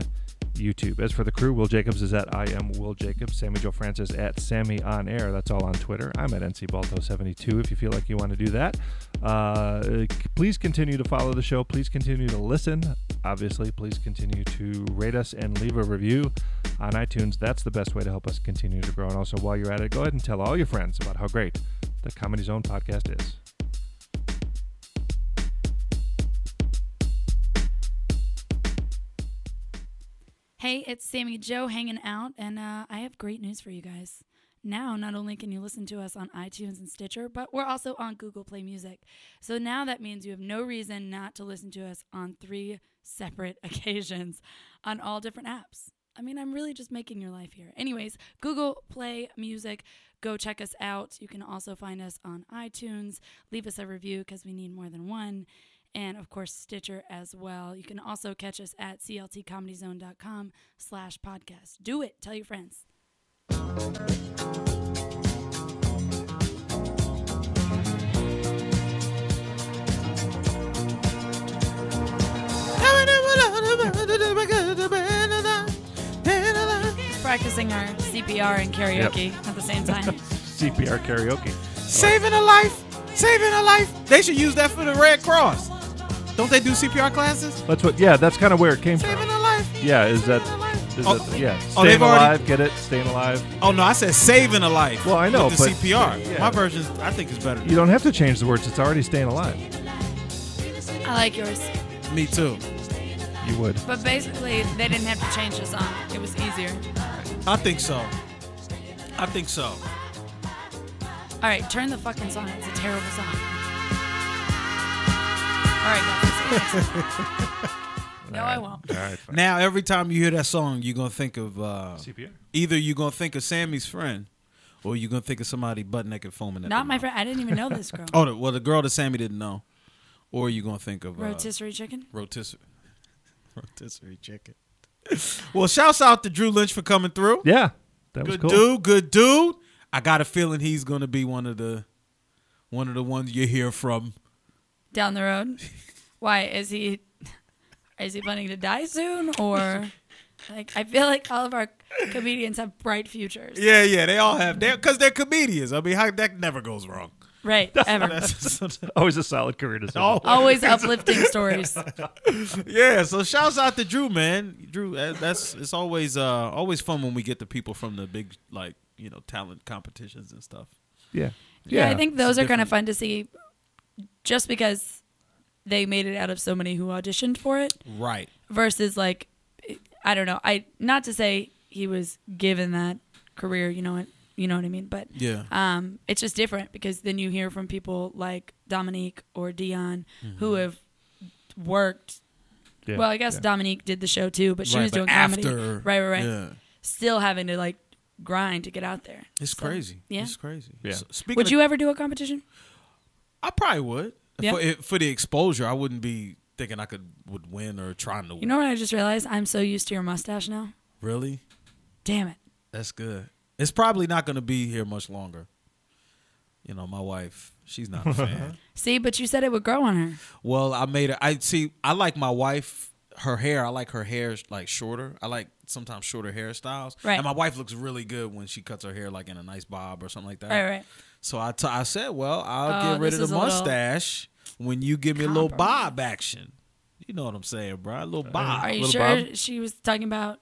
Speaker 4: YouTube. As for the crew, Will Jacobs is at I am Will Jacobs. Sammy Joe Francis at Sammy on Air. That's all on Twitter. I'm at ncbalto72 if you feel like you want to do that. Uh, c- please continue to follow the show. Please continue to listen. Obviously, please continue to rate us and leave a review on iTunes. That's the best way to help us continue to grow. And also, while you're at it, go ahead and tell all your friends about how great the Comedy Zone podcast is.
Speaker 3: Hey, it's Sammy Joe hanging out, and uh, I have great news for you guys. Now, not only can you listen to us on iTunes and Stitcher, but we're also on Google Play Music. So now that means you have no reason not to listen to us on three separate [LAUGHS] occasions on all different apps. I mean, I'm really just making your life here. Anyways, Google Play Music, go check us out. You can also find us on iTunes. Leave us a review because we need more than one. And of course, Stitcher as well. You can also catch us at cltcomedyzone.com slash podcast. Do it. Tell your friends. Practicing our CPR and karaoke at the same time.
Speaker 4: CPR karaoke.
Speaker 2: Saving a life, saving a life. They should use that for the Red Cross. Don't they do CPR classes?
Speaker 4: That's what. Yeah, that's kind of where it came
Speaker 2: Saving
Speaker 4: from.
Speaker 2: a life.
Speaker 4: Yeah, is that? Is
Speaker 2: Oh.
Speaker 4: that yeah,
Speaker 2: Oh,
Speaker 4: staying
Speaker 2: they've already-
Speaker 4: alive. Get it, staying alive.
Speaker 2: Oh no, I said saving a life.
Speaker 4: Well, I know,
Speaker 2: with the
Speaker 4: but-
Speaker 2: CPR.
Speaker 4: yeah.
Speaker 2: My version, I think, is better.
Speaker 4: You don't have to change the words. It's already staying alive.
Speaker 3: [LAUGHS] I like yours.
Speaker 2: Me too.
Speaker 4: You would.
Speaker 3: But basically, they didn't have to change the song. It was easier.
Speaker 2: I think so. I think so.
Speaker 3: All right, turn the fucking song. It's a terrible song. All right, guys.
Speaker 2: [LAUGHS]
Speaker 3: no, I won't.
Speaker 4: All
Speaker 3: [LAUGHS]
Speaker 4: right. Fine.
Speaker 2: Now every time you hear that song, you're gonna think of uh,
Speaker 4: CPR.
Speaker 2: either you're gonna think of Sammy's friend, or you're gonna think of somebody butt naked foaming at the
Speaker 3: Not my
Speaker 2: mouth.
Speaker 3: friend. I didn't even know this girl.
Speaker 2: [LAUGHS] Oh, the, well, the girl that Sammy didn't know, or you gonna think of uh,
Speaker 3: Rotisserie chicken.
Speaker 2: rotisserie [LAUGHS] rotisserie chicken. [LAUGHS] well, shouts out to Drew Lynch for coming through.
Speaker 4: Yeah, that was
Speaker 2: good
Speaker 4: cool.
Speaker 2: dude, good dude. I got a feeling he's gonna be one of the one of the ones you hear from.
Speaker 3: down the road. Why is he? Is he planning to die soon, or like I feel like all of our comedians have bright futures,
Speaker 2: Yeah, yeah, they all have they because they're comedians. I mean, how, that never goes wrong.
Speaker 3: right? Ever,
Speaker 4: [LAUGHS] Always a solid career decision.
Speaker 2: Oh.
Speaker 3: always uplifting stories.
Speaker 2: [LAUGHS] Yeah, so shouts out to Drew, man. Drew, uh, that's it's always uh always fun when we get the people from the big like you know talent competitions and stuff.
Speaker 4: Yeah.
Speaker 3: Yeah, I think those
Speaker 2: a
Speaker 3: are kind of
Speaker 2: different-
Speaker 3: fun to see, just because they made it out of so many who auditioned for it.
Speaker 2: Right.
Speaker 3: versus like I don't know. I not to say he was given that career, you know what you know what I mean, but
Speaker 2: Yeah.
Speaker 3: um it's just different because then you hear from people like Dominique or Dion
Speaker 2: Mm-hmm.
Speaker 3: who have worked
Speaker 4: Yeah,
Speaker 3: well, I guess Dominique did the show too, but she was doing comedy. Right, right, right. Still having to like grind to get out there.
Speaker 2: It's
Speaker 3: So,
Speaker 2: crazy.
Speaker 3: Yeah.
Speaker 2: It's crazy.
Speaker 4: Yeah.
Speaker 2: So, speaking
Speaker 3: Would
Speaker 2: of-
Speaker 3: you ever do a competition?
Speaker 2: I probably would.
Speaker 3: Yeah.
Speaker 2: For, it, for the exposure, I wouldn't be thinking I could would win or trying to
Speaker 3: You know what I just realized? I'm so used to your mustache now.
Speaker 2: Really?
Speaker 3: Damn it.
Speaker 2: That's good. It's probably not going to be here much longer. You know, my wife, she's not a fan.
Speaker 3: See, but you said it would grow on her.
Speaker 2: Well, I made her. I see. I like my wife. Her hair. I like her hair like shorter. I like sometimes shorter hairstyles.
Speaker 3: Right.
Speaker 2: And my wife looks really good when she cuts her hair like in a nice bob or something like that.
Speaker 3: Right, right.
Speaker 2: So I, t- I said, well, I'll
Speaker 3: Oh,
Speaker 2: get rid
Speaker 3: this
Speaker 2: of
Speaker 3: is
Speaker 2: the
Speaker 3: a little
Speaker 2: mustache when you give me a little
Speaker 3: compromise.
Speaker 2: bob action. You know what I'm saying, bro? A little bob.
Speaker 3: Are you
Speaker 4: Little
Speaker 3: sure
Speaker 4: bob?
Speaker 3: she was talking about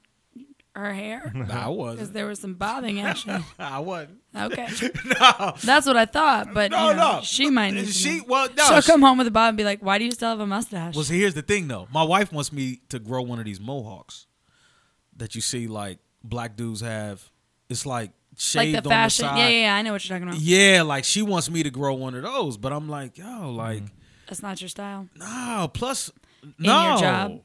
Speaker 2: [LAUGHS]
Speaker 3: her hair?
Speaker 2: I
Speaker 3: Because
Speaker 2: wasn't.
Speaker 3: there was
Speaker 2: [LAUGHS]
Speaker 3: some bobbing action.
Speaker 2: I wasn't. [LAUGHS]
Speaker 3: Okay. That's what I thought, but
Speaker 2: No,
Speaker 3: you know,
Speaker 2: no.
Speaker 3: she might need to
Speaker 2: She
Speaker 3: know.
Speaker 2: well no.
Speaker 3: She'll
Speaker 2: she-
Speaker 3: come home with a bob and be like, "Why do you still have a mustache?"
Speaker 2: Well, see, here's the thing though. My wife wants me to grow one of these mohawks that you see like black dudes have. It's like
Speaker 3: like
Speaker 2: shaved
Speaker 3: the
Speaker 2: on the
Speaker 3: fashion.
Speaker 2: side.
Speaker 3: yeah, yeah, yeah, I know what you're talking about.
Speaker 2: Yeah, like she wants me to grow one of those, but I'm like,
Speaker 4: Mm-hmm.
Speaker 2: yo, like,
Speaker 3: That's not your style.
Speaker 2: no. Plus,
Speaker 3: your
Speaker 2: no.
Speaker 3: job?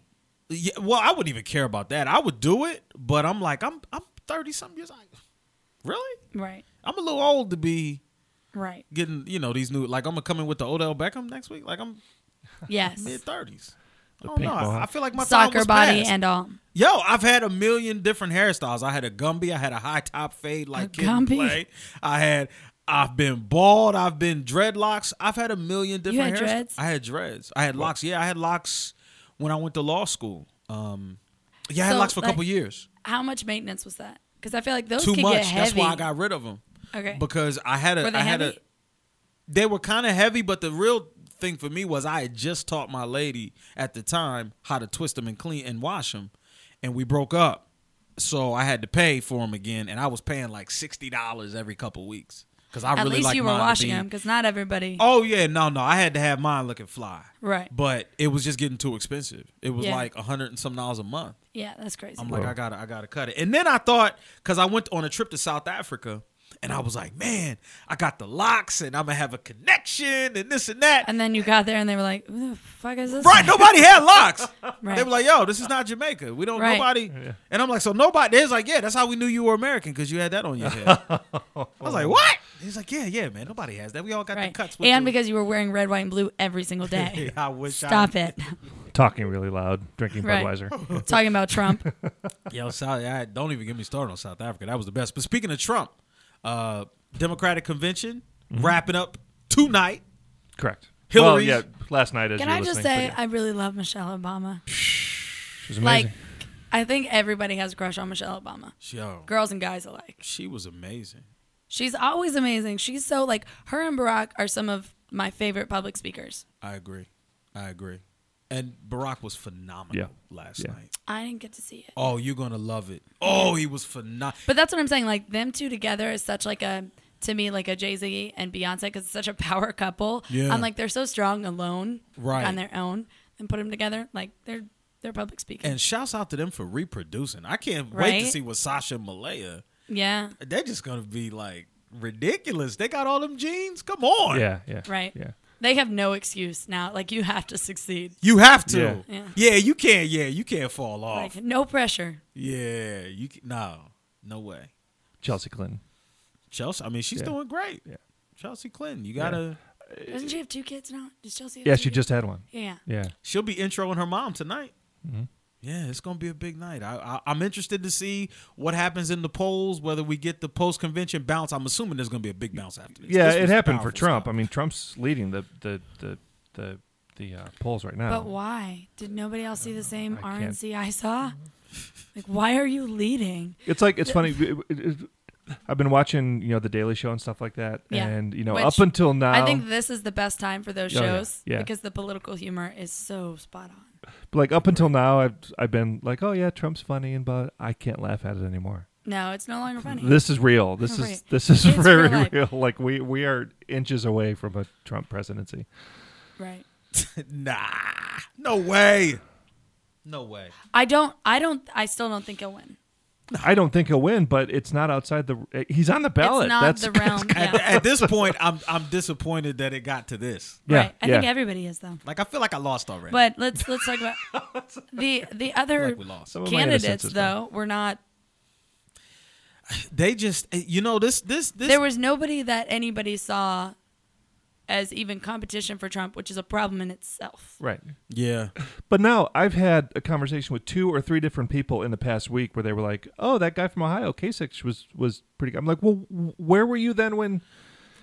Speaker 2: Yeah, well, I wouldn't even care about that. I would do it, but I'm like, I'm I'm thirty something years. old. really?
Speaker 3: Right.
Speaker 2: I'm a little old to be [LAUGHS]
Speaker 3: Right.
Speaker 2: getting, you know, these new. Like, I'm gonna come in with the Odell Beckham next week. Like, I'm
Speaker 3: Yes.
Speaker 2: mid thirties. I don't
Speaker 4: pink
Speaker 2: know. I, I
Speaker 4: mohawk.
Speaker 2: feel like my time
Speaker 3: Soccer
Speaker 2: was
Speaker 3: body
Speaker 2: passed.
Speaker 3: and all.
Speaker 2: Yo, I've had a million different hairstyles. I had a Gumby. I had a high top fade like kid in
Speaker 3: Gumby?
Speaker 2: play. I had. I've been bald. I've been dreadlocks. I've had a million different.
Speaker 3: had
Speaker 2: hairst-
Speaker 3: dreads?
Speaker 2: I had dreads. I had locks. Yeah, I had locks when I went to law school. Um, yeah, I had
Speaker 3: So,
Speaker 2: locks for a couple
Speaker 3: like,
Speaker 2: years.
Speaker 3: How much maintenance was that? Because I feel like those
Speaker 2: Too
Speaker 3: could get
Speaker 2: much.
Speaker 3: heavy.
Speaker 2: That's why I got rid of them.
Speaker 3: okay.
Speaker 2: Because I had a.
Speaker 3: Were they
Speaker 2: I had
Speaker 3: heavy?
Speaker 2: a. They were kind of heavy, but the real thing for me was I had just taught my lady at the time how to twist them and clean and wash them, and we broke up. So I had to pay for them again, and I was paying like sixty dollars every couple weeks because I
Speaker 3: At
Speaker 2: really
Speaker 3: least
Speaker 2: like
Speaker 3: you were
Speaker 2: mine to
Speaker 3: washing
Speaker 2: be-
Speaker 3: them, because not everybody.
Speaker 2: Oh yeah, no, no, I had to have mine looking fly.
Speaker 3: Right.
Speaker 2: But it was just getting too expensive. It was
Speaker 3: Yeah.
Speaker 2: like a hundred and some dollars a month.
Speaker 3: Yeah, that's crazy.
Speaker 2: I'm like, I gotta, I gotta cut it. And then I thought, cause I went on a trip to South Africa, And I was like, man, I got the locks and I'm going to have a connection and this and that.
Speaker 3: And then you got there and they were like, who the fuck is this?
Speaker 2: Right,
Speaker 3: guy?"
Speaker 2: nobody had locks.
Speaker 3: [LAUGHS] Right.
Speaker 2: They were like, "Yo, this is not Jamaica. We don't
Speaker 3: Right.
Speaker 2: nobody." And I'm like, "So nobody." They was like, "Yeah, that's how we knew you were American because you had that on your head." I was like, "What?" He's like, "Yeah, yeah, man. Nobody has that. We all got
Speaker 3: Right.
Speaker 2: the cuts." with [LAUGHS]
Speaker 3: And
Speaker 2: the-
Speaker 3: because you were wearing red, white, and blue
Speaker 2: [LAUGHS]
Speaker 3: every single day.
Speaker 2: I wish
Speaker 3: Stop
Speaker 2: I, [LAUGHS]
Speaker 3: it. [LAUGHS]
Speaker 4: Talking really loud, drinking
Speaker 3: Right. [LAUGHS]
Speaker 4: Budweiser.
Speaker 3: Talking
Speaker 2: [LAUGHS]
Speaker 3: about Trump.
Speaker 2: Yo, South, I, don't even get me started on South Africa. That was the best. But speaking of Trump, uh, Democratic convention
Speaker 4: Mm-hmm.
Speaker 2: wrapping up tonight.
Speaker 4: Correct.
Speaker 2: Hillary's-
Speaker 4: Well, yeah, last night as
Speaker 3: Can
Speaker 4: you
Speaker 3: I
Speaker 4: were
Speaker 3: just
Speaker 4: listening,
Speaker 3: say,
Speaker 4: but
Speaker 3: I really love Michelle Obama.
Speaker 4: yeah, she's amazing.
Speaker 3: Like, I think everybody has a crush on Michelle Obama,
Speaker 2: Yo,
Speaker 3: girls and guys alike.
Speaker 2: she was amazing.
Speaker 3: She's always amazing. She's so like, her and Barack are some of my favorite public speakers.
Speaker 2: I agree. I agree. And Barack was phenomenal
Speaker 4: Yeah.
Speaker 2: last
Speaker 4: Yeah.
Speaker 2: night.
Speaker 3: I didn't get to see it.
Speaker 2: Oh, you're gonna love it. Oh, he was phenomenal.
Speaker 3: But that's what I'm saying. Like, them two together is such like a. To me, like a Jay Z and Beyonce, because it's such a [LAUGHS] power couple.
Speaker 2: Yeah.
Speaker 3: I'm like they're so strong alone,
Speaker 2: Right.
Speaker 3: on their own, and put them together. Like they're they're public speakers.
Speaker 2: And shouts out to them for reproducing. I can't wait to
Speaker 3: Right?
Speaker 2: see what Sasha and Malaya.
Speaker 3: yeah,
Speaker 2: They're just gonna be like ridiculous. They got all them jeans. Come on.
Speaker 4: yeah, yeah,
Speaker 3: Right.
Speaker 4: Yeah,
Speaker 3: They have no excuse now. Like you have to succeed.
Speaker 2: You have to.
Speaker 3: Yeah.
Speaker 2: Yeah.
Speaker 3: Yeah.
Speaker 2: you can't. Yeah, you can't fall off.
Speaker 3: Like no pressure.
Speaker 2: yeah, you can, no, no way.
Speaker 4: Chelsea Clinton.
Speaker 2: Chelsea. I mean, she's
Speaker 4: Yeah.
Speaker 2: doing great.
Speaker 4: Yeah.
Speaker 2: Chelsea Clinton. You gotta.
Speaker 3: Doesn't she have two kids now? Does Chelsea? Have
Speaker 4: Yeah,
Speaker 3: two
Speaker 4: she
Speaker 3: kids?
Speaker 4: just had one.
Speaker 3: Yeah, yeah.
Speaker 4: Yeah,
Speaker 2: She'll be introing her mom tonight.
Speaker 4: Mm-hmm.
Speaker 2: Yeah, it's gonna be a big night. I, I, I'm interested to see what happens in the polls. Whether we get the post convention bounce. I'm assuming there's gonna be a big bounce after this.
Speaker 4: yeah.
Speaker 2: This
Speaker 4: It
Speaker 2: was
Speaker 4: happened for
Speaker 2: powerful
Speaker 4: Trump.
Speaker 2: stuff.
Speaker 4: I mean, Trump's leading the the the the, the uh, polls right now.
Speaker 3: But why did nobody else see the same
Speaker 4: I can't-
Speaker 3: RNC I saw? Like, why are you leading?
Speaker 4: It's
Speaker 3: [LAUGHS]
Speaker 4: like it's funny. it- it- it- I've been watching, you know, the Daily Show and stuff like that,
Speaker 3: Yeah.
Speaker 4: and you know,
Speaker 3: Which
Speaker 4: up until now,
Speaker 3: I think this is the best time for those
Speaker 4: Oh, yeah.
Speaker 3: shows
Speaker 4: Yeah.
Speaker 3: because the political humor is so spot on.
Speaker 4: like up until now, I've I've been like, oh yeah, Trump's funny, and but I can't laugh at it anymore.
Speaker 3: No, it's no longer funny.
Speaker 4: This is real. This
Speaker 3: Right.
Speaker 4: is this is
Speaker 3: It's
Speaker 4: very
Speaker 3: real life.
Speaker 4: real. Like we we are inches away from a Trump presidency.
Speaker 3: right.
Speaker 2: [LAUGHS] Nah, no way, no way.
Speaker 3: I don't. I don't. I still don't think he'll win.
Speaker 4: I don't think he'll win, but it's not outside the. He's on the ballot.
Speaker 3: It's not
Speaker 4: [LAUGHS] That's
Speaker 3: the realm.
Speaker 2: At,
Speaker 3: Yeah.
Speaker 2: at this point, I'm I'm disappointed that it got to this.
Speaker 4: Yeah,
Speaker 3: right. I think
Speaker 4: yeah.
Speaker 3: everybody is though.
Speaker 2: Like I feel like I lost already.
Speaker 3: But let's let's talk
Speaker 4: [LAUGHS]
Speaker 3: about the the
Speaker 2: I feel
Speaker 3: other
Speaker 2: like we lost.
Speaker 4: Some of my innocence
Speaker 3: candidates
Speaker 4: is
Speaker 3: though. We're not
Speaker 2: They just eh, you know this this this
Speaker 3: there was nobody that anybody saw as even competition for Trump, which is a problem in itself.
Speaker 4: Right.
Speaker 2: yeah.
Speaker 4: But now I've had a conversation with two or three different people in the past week where they were like, "Oh, that guy from Ohio, Kasich, was was pretty." good." I'm like, "Well, where were you then when?"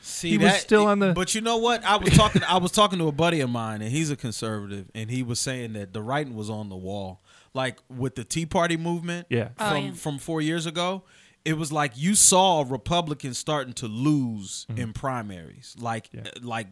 Speaker 2: See,
Speaker 4: He was
Speaker 2: that-
Speaker 4: still on the-
Speaker 2: But you know what? I was talking. I was talking to a buddy of mine, and he's a conservative, and he was saying that the writing was on the wall, like with the Tea Party movement.
Speaker 4: Yeah.
Speaker 3: Oh,
Speaker 2: from
Speaker 3: yeah.
Speaker 2: from four years ago, it was like you saw Republicans starting to lose in primaries, like
Speaker 4: Mm-hmm.
Speaker 2: uh,
Speaker 4: Yeah.
Speaker 2: like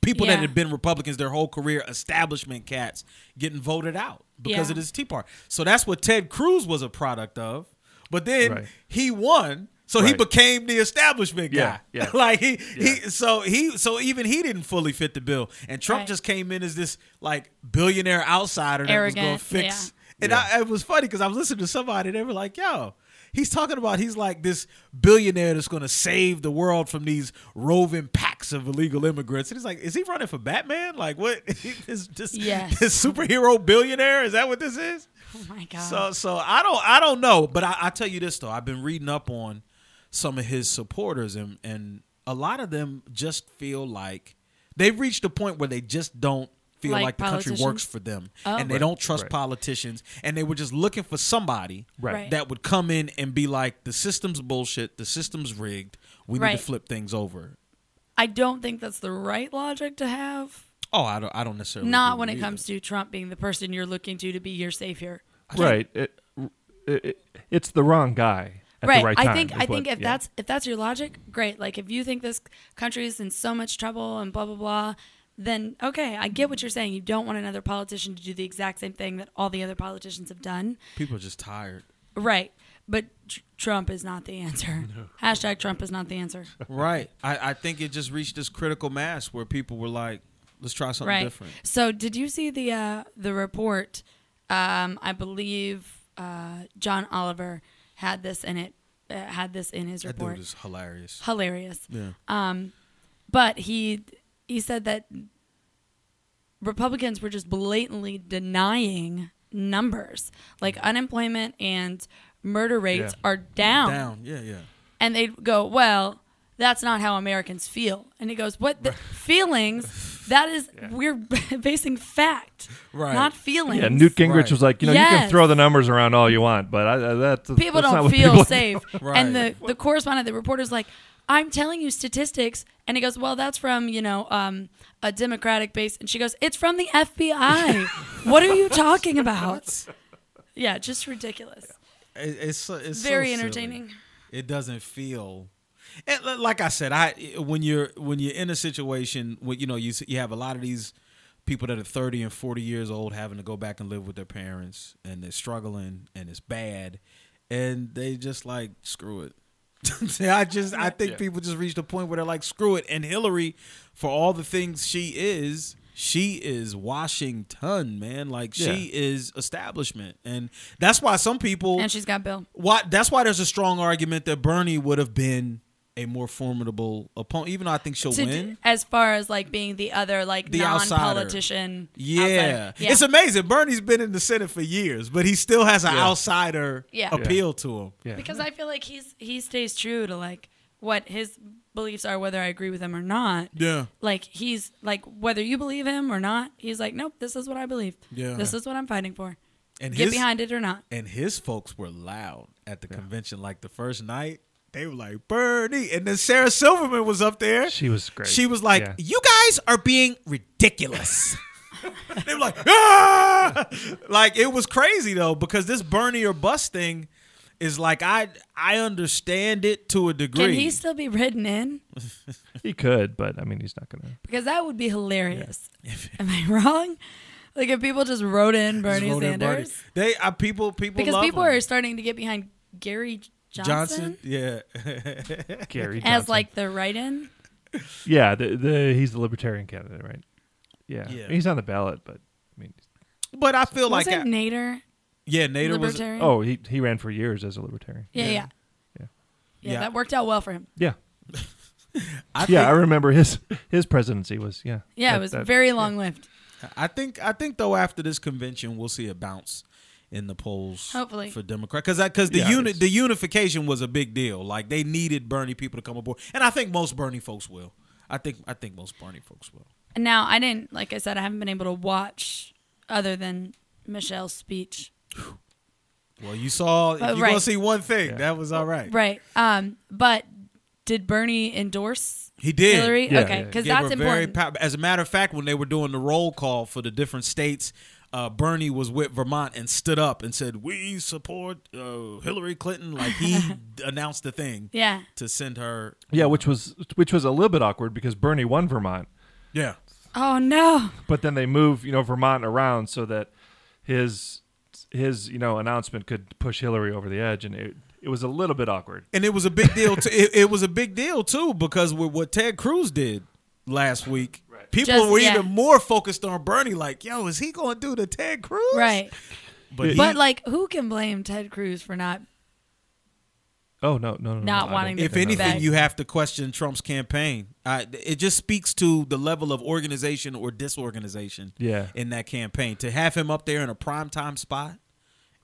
Speaker 2: people
Speaker 3: Yeah.
Speaker 2: that had been Republicans their whole career, establishment cats getting voted out because
Speaker 3: Yeah.
Speaker 2: of this Tea Party. So that's what Ted Cruz was a product of. But then
Speaker 4: Right.
Speaker 2: he won, so he
Speaker 4: Right.
Speaker 2: became the establishment
Speaker 4: Yeah,
Speaker 2: guy.
Speaker 4: yeah.
Speaker 2: [LAUGHS] like he, he so he so even he didn't fully fit the bill. And Trump
Speaker 3: Right.
Speaker 2: just came in as this like billionaire outsider that
Speaker 3: Arrogant,
Speaker 2: was gonna fix and I, it was funny because I was listening to somebody. They were like, "Yo, he's talking about he's like this billionaire that's going to save the world from these roving packs of illegal immigrants." And he's like, "Is he running for Batman? Like, what [LAUGHS] is this,
Speaker 3: Yes.
Speaker 2: this superhero billionaire? Is that what this is?"
Speaker 3: Oh my god.
Speaker 2: So, so I don't, I don't know. But I, I tell you this though, I've been reading up on some of his supporters, and and a lot of them just feel like they've reached a point where they just don't feel
Speaker 3: Like
Speaker 2: like, the country
Speaker 3: politicians?
Speaker 2: works for them,
Speaker 3: Oh.
Speaker 2: and they
Speaker 3: Right,
Speaker 2: don't trust
Speaker 4: right.
Speaker 2: politicians, and they were just looking for somebody
Speaker 4: Right.
Speaker 3: Right.
Speaker 2: that would come in and be like, the system's bullshit, the system's rigged, we need
Speaker 3: Right.
Speaker 2: to flip things over.
Speaker 3: I don't think that's the right logic to have.
Speaker 2: Oh, I don't, I don't necessarily
Speaker 3: Not
Speaker 2: agree
Speaker 3: when
Speaker 2: with
Speaker 3: it
Speaker 2: either.
Speaker 3: comes to Trump being the person you're looking to to be your savior.
Speaker 4: right. It, it, it- it's the wrong guy at the right time.
Speaker 3: I think
Speaker 4: is
Speaker 3: I think
Speaker 4: what-
Speaker 3: if
Speaker 4: yeah.
Speaker 3: that's if that's your logic, great. Like if you think this country is in so much trouble and blah blah blah, then okay, I get what you're saying. You don't want another politician to do the exact same thing that all the other politicians have done.
Speaker 2: people are just tired,
Speaker 3: Right. But tr- Trump is not the
Speaker 4: [LAUGHS]
Speaker 3: answer. Hashtag Trump is not the answer.
Speaker 2: right? I, I think it just reached this critical mass where people were like, let's try something
Speaker 3: right.
Speaker 2: different.
Speaker 3: So, did you see the uh, the report? Um, I believe uh, John Oliver had this in it. uh, had this in his
Speaker 2: That
Speaker 3: report.
Speaker 2: dude is hilarious.
Speaker 3: Hilarious.
Speaker 2: Yeah.
Speaker 3: Um, but he he said that Republicans were just blatantly denying numbers, like unemployment and murder rates
Speaker 4: Yeah.
Speaker 3: are down.
Speaker 2: Down. Yeah, yeah.
Speaker 3: and they'd go, "Well, that's not how Americans feel." And he goes, "What the feelings? That
Speaker 2: [LAUGHS]
Speaker 3: is we're [LAUGHS] basing fact,
Speaker 2: Right.
Speaker 3: not feelings."
Speaker 4: Yeah, Newt Gingrich
Speaker 2: Right.
Speaker 4: was like, you know, you can
Speaker 3: Yes.
Speaker 4: throw the numbers around all you want, but I, I, that's
Speaker 3: people
Speaker 4: that's not
Speaker 3: don't
Speaker 4: what
Speaker 3: feel
Speaker 4: people- [LAUGHS]
Speaker 3: safe.
Speaker 2: Right.
Speaker 3: And the the correspondent, the reporter's like, "I'm telling you statistics," and he goes, "Well, that's from you know um, a Democratic base," and she goes, "It's from the
Speaker 4: [LAUGHS]
Speaker 3: FBI. what are you talking about?" Yeah, just ridiculous.
Speaker 2: It- it's so- it's so
Speaker 3: Very
Speaker 2: silly.
Speaker 3: entertaining.
Speaker 2: It doesn't feel. It, li- like I said, I when you're when you're in a situation where you know you s- you have a lot of these people that are 30 and 40 years old having to go back and live with their parents and they're struggling and it's bad and they just like screw it. [LAUGHS] I just I think people just reached a point where they're like screw it and Hillary for all the things she is she is Washington, man. Like she is establishment, and that's why some people
Speaker 3: And she's got Bill.
Speaker 2: why that's why there's a strong argument that Bernie would have been a more formidable opponent, even though I think she'll
Speaker 3: To
Speaker 2: win.
Speaker 3: d- as far as like being the other like
Speaker 2: The outsider.
Speaker 3: non-politician
Speaker 2: yeah.
Speaker 3: outsider. yeah
Speaker 2: it's amazing. Bernie's been in the Senate for years, but he still has an outsider
Speaker 3: Yeah. Yeah.
Speaker 2: appeal to him.
Speaker 4: Yeah.
Speaker 3: because i feel like he's he stays true to like what his beliefs are whether i agree with him or not
Speaker 2: Yeah,
Speaker 3: like he's like whether you believe him or not he's like nope this is what i believe
Speaker 2: Yeah.
Speaker 3: this is what i'm fighting for
Speaker 2: and
Speaker 3: get
Speaker 2: his
Speaker 3: behind it or not
Speaker 2: and his folks were loud at the convention. Like the first night, they were like Bernie, and then Sarah Silverman was up there.
Speaker 4: She was great.
Speaker 2: She was like,
Speaker 4: Yeah.
Speaker 2: "You guys are being ridiculous." [LAUGHS] they were like, "Ah!" like it was crazy though because this Bernie or bust thing is like I I understand it to a degree.
Speaker 3: can he still be written in
Speaker 4: He could, but I mean, he's not
Speaker 3: [LAUGHS]
Speaker 4: gonna.
Speaker 3: because that would be hilarious am i wrong like if people just wrote
Speaker 2: Just
Speaker 3: in bernie
Speaker 2: wrote in
Speaker 3: sanders
Speaker 2: Bernie. They are people. People
Speaker 3: because
Speaker 2: love
Speaker 3: people
Speaker 2: him.
Speaker 3: are starting to get behind gary johnson.
Speaker 2: Yeah, [LAUGHS]
Speaker 4: Gary
Speaker 3: as
Speaker 4: Johnson.
Speaker 3: like the write-in
Speaker 4: yeah, the, the he's the libertarian candidate, right? Yeah,
Speaker 2: Yeah.
Speaker 4: he's on the ballot, but I mean,
Speaker 2: but I feel like
Speaker 3: was it
Speaker 2: I-
Speaker 3: Nader?
Speaker 2: yeah, Nader was
Speaker 3: libertarian.
Speaker 4: oh, he he ran for years as a libertarian.
Speaker 3: Mm. yeah, yeah, yeah,
Speaker 4: Yeah.
Speaker 2: Yeah.
Speaker 3: That worked out well for him.
Speaker 4: Yeah,
Speaker 2: I
Speaker 4: yeah, I
Speaker 2: think-
Speaker 4: remember his his presidency was yeah.
Speaker 3: Yeah,
Speaker 4: that-
Speaker 3: it was
Speaker 4: that-
Speaker 3: very long-lived.
Speaker 2: I think I think though after this convention we'll see a bounce in the polls
Speaker 3: Hopefully.
Speaker 2: for Democrat because because the
Speaker 4: Yeah,
Speaker 2: unit
Speaker 4: it's-
Speaker 2: the unification was a big deal like they needed Bernie people to come aboard and I think most Bernie folks will I think I think most Bernie folks will
Speaker 3: And now I didn't, like I said, I haven't been able to watch other than Michelle's speech.
Speaker 2: well you saw if
Speaker 3: Uh,
Speaker 2: you're
Speaker 3: right.
Speaker 2: gonna see one thing
Speaker 4: Yeah.
Speaker 2: that was all right
Speaker 3: Right. Um. But did Bernie endorse
Speaker 2: he did
Speaker 3: Hillary?
Speaker 4: Yeah,
Speaker 3: okay,
Speaker 4: yeah.
Speaker 3: because
Speaker 2: Gave her
Speaker 3: that's
Speaker 2: very
Speaker 3: important.
Speaker 2: pow- As a matter of fact, when they were doing the roll call for the different states, uh, Bernie was with Vermont and stood up and said, "We support uh, Hillary Clinton." Like
Speaker 3: [LAUGHS]
Speaker 2: he announced the thing
Speaker 3: yeah.
Speaker 2: to send her.
Speaker 4: Yeah, which was which was a little bit awkward because Bernie won Vermont,
Speaker 2: Yeah,
Speaker 3: Oh no.
Speaker 4: but then they moved you know Vermont around so that his his you know announcement could push Hillary over the edge, and it it was a little bit awkward.
Speaker 2: and it was a big deal. To, it, it was a big deal too because with what Ted Cruz did last week, people
Speaker 3: Just-
Speaker 2: were
Speaker 3: yeah.
Speaker 2: even more focused on Bernie. Like, yo, is he going to do the Ted Cruz?
Speaker 3: Right.
Speaker 2: But, he-
Speaker 3: But like, who can blame Ted Cruz for not?
Speaker 4: Oh no, no, no, no,
Speaker 3: Not
Speaker 4: I don't
Speaker 3: wanting to
Speaker 4: think
Speaker 2: if
Speaker 3: They're
Speaker 4: that-
Speaker 3: not.
Speaker 2: anything,
Speaker 3: Back.
Speaker 2: you have to question Trump's campaign. I, it just speaks to the level of organization or disorganization
Speaker 4: Yeah.
Speaker 2: in that campaign. To have him up there in a primetime spot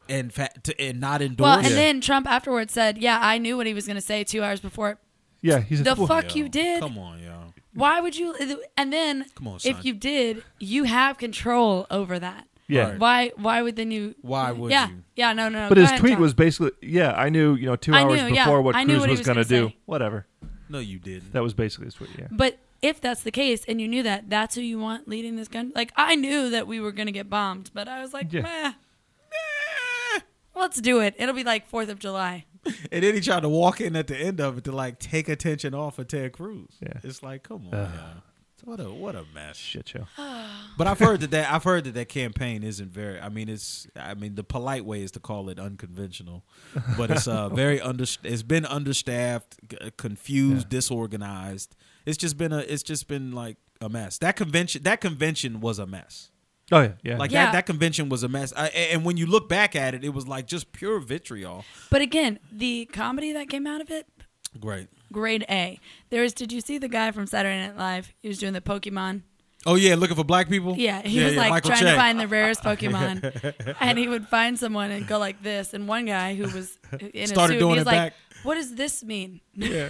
Speaker 2: and fa- to, and not endorse.
Speaker 3: Well, and then Trump afterwards said, "Yeah, I knew what he was going to say two hours before.
Speaker 4: yeah, he's a
Speaker 3: The
Speaker 4: fool.
Speaker 3: fuck you did.
Speaker 2: Come on, y'all.
Speaker 3: Why would you? And then,
Speaker 2: Come on, son.
Speaker 3: if you did, you have control over that.
Speaker 4: Yeah.
Speaker 2: Right.
Speaker 3: Why? Why would then you?
Speaker 2: Why would
Speaker 3: yeah,
Speaker 2: you?
Speaker 3: Yeah. No. No. no.
Speaker 4: But
Speaker 3: Go
Speaker 4: his
Speaker 3: ahead,
Speaker 4: tweet
Speaker 3: John.
Speaker 4: was basically, yeah, I knew, you know, two
Speaker 3: I
Speaker 4: hours
Speaker 3: knew, yeah,
Speaker 4: before what
Speaker 3: I knew
Speaker 4: Cruz
Speaker 3: what he
Speaker 4: was,
Speaker 3: was
Speaker 4: going to
Speaker 3: gonna
Speaker 4: do.
Speaker 3: say.
Speaker 4: Whatever.
Speaker 2: No, you didn't.
Speaker 4: That was basically
Speaker 3: [GASPS]
Speaker 4: his tweet, yeah.
Speaker 3: But if that's the case, and you knew that, that's who you want leading this gun. Like I knew that we were gonna get bombed, but I was like,
Speaker 4: Yeah.
Speaker 3: meh. Let's do it. It'll be like Fourth of July.
Speaker 2: And then he tried to walk in at the end of it to like take attention off of Ted Cruz.
Speaker 4: Yeah.
Speaker 2: It's like, come on,
Speaker 4: Ugh.
Speaker 2: y'all. What a what a mess.
Speaker 4: Shit show. Oh,
Speaker 2: But I've heard that, that I've heard that that campaign isn't very. I mean, it's. I mean, the polite way is to call it unconventional, but it's uh
Speaker 4: [LAUGHS]
Speaker 2: very under. It's been understaffed, g- uh, confused, disorganized. It's just been a. It's just been like a mess. That convention. That convention was a mess.
Speaker 4: Oh yeah, yeah.
Speaker 2: Like
Speaker 3: Yeah.
Speaker 2: that, that convention was a mess. I, a- and when you look back at it, it was like just pure vitriol.
Speaker 3: But again, the comedy that came out of it,
Speaker 2: Great.
Speaker 3: grade A. There is. Did you see the guy from Saturday Night Live? He was doing the Pokemon.
Speaker 2: Oh yeah, looking for black people.
Speaker 3: Yeah, he was like trying to find
Speaker 2: [LAUGHS]
Speaker 3: the rarest Pokemon, and he would find someone and go like this. And one guy who
Speaker 2: [LAUGHS]
Speaker 3: was in
Speaker 2: Started
Speaker 3: a suit,
Speaker 2: doing
Speaker 3: he was
Speaker 2: it
Speaker 3: like,
Speaker 2: back.
Speaker 3: "What does this mean?" [LAUGHS]
Speaker 2: Yeah.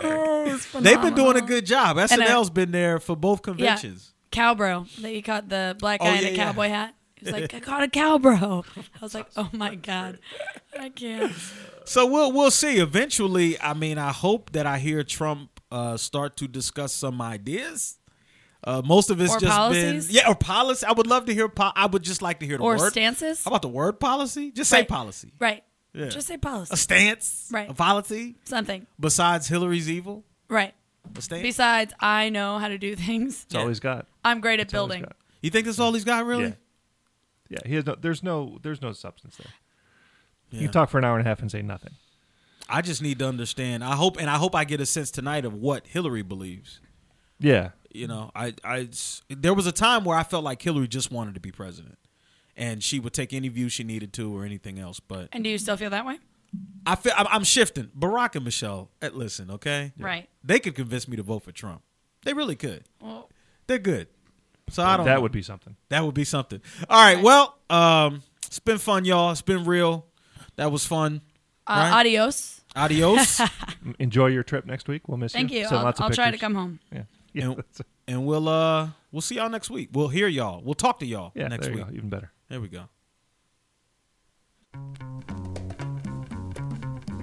Speaker 3: Oh, it was
Speaker 2: They've been doing a
Speaker 3: phenomenal.
Speaker 2: good job.
Speaker 3: And, uh,
Speaker 2: SNL's been there for both conventions.
Speaker 3: cowbro that you caught the black
Speaker 2: Oh,
Speaker 3: guy
Speaker 2: yeah,
Speaker 3: in a
Speaker 2: yeah.
Speaker 3: cowboy hat. He was like, "I caught a cowbro." I was like, "Oh my god, I can't."
Speaker 2: So we'll we'll see. Eventually, I mean, I hope that I hear Trump uh, start to discuss some ideas. Uh, most of it's
Speaker 3: Or
Speaker 2: just
Speaker 3: policies?
Speaker 2: been yeah, or policy. I would love to hear. Po- I would just like to hear the
Speaker 3: Or
Speaker 2: word.
Speaker 3: stances,
Speaker 2: How about the word policy? Just say
Speaker 3: Right.
Speaker 2: policy.
Speaker 3: right?
Speaker 2: Yeah.
Speaker 3: Just say
Speaker 2: A
Speaker 3: policy,
Speaker 2: stance.
Speaker 3: Right.
Speaker 2: A policy.
Speaker 3: [LAUGHS] something,
Speaker 2: Besides Hillary's evil.
Speaker 3: right?
Speaker 2: A stance.
Speaker 3: Besides, I know how to do things.
Speaker 4: it's all he's got.
Speaker 3: [LAUGHS] I'm great at
Speaker 4: It's all he's
Speaker 3: building.
Speaker 4: got.
Speaker 2: you think that's all he's got, really?
Speaker 4: Yeah. Yeah, he has no. There's no. There's no substance there. You
Speaker 2: Yeah.
Speaker 4: talk for an hour and a half and say nothing.
Speaker 2: I just need to understand. I hope, and I hope I get a sense tonight of what Hillary believes.
Speaker 4: Yeah,
Speaker 2: You know, I, I, there was a time where I felt like Hillary just wanted to be president, and she would take any view she needed to or anything else. But
Speaker 3: And do you still feel that way?
Speaker 2: I feel I'm, I'm shifting. Barack and Michelle, eh, listen, okay,
Speaker 3: Right.
Speaker 2: They could convince me to vote for Trump. They really could.
Speaker 3: Well,
Speaker 2: They're good. So I don't.
Speaker 4: that
Speaker 2: know.
Speaker 4: would be something.
Speaker 2: That would be something. All right. Well, um, it's been fun, y'all. It's been real. That was fun.
Speaker 3: uh,
Speaker 2: Right.
Speaker 3: adios.
Speaker 2: Adios.
Speaker 4: M- Enjoy your trip next week. We'll miss
Speaker 3: Thank
Speaker 4: you.
Speaker 3: you.
Speaker 4: Send
Speaker 3: I'll,
Speaker 4: lots of
Speaker 3: I'll try to
Speaker 4: pictures.
Speaker 3: come home.
Speaker 4: Yeah, yeah,
Speaker 2: And-
Speaker 4: that's-
Speaker 2: and we'll uh we'll see y'all next week. We'll hear y'all. We'll talk to y'all
Speaker 4: [LAUGHS] yeah.
Speaker 2: next
Speaker 4: there you
Speaker 2: week.
Speaker 4: go. Even better.
Speaker 2: There we go.
Speaker 4: The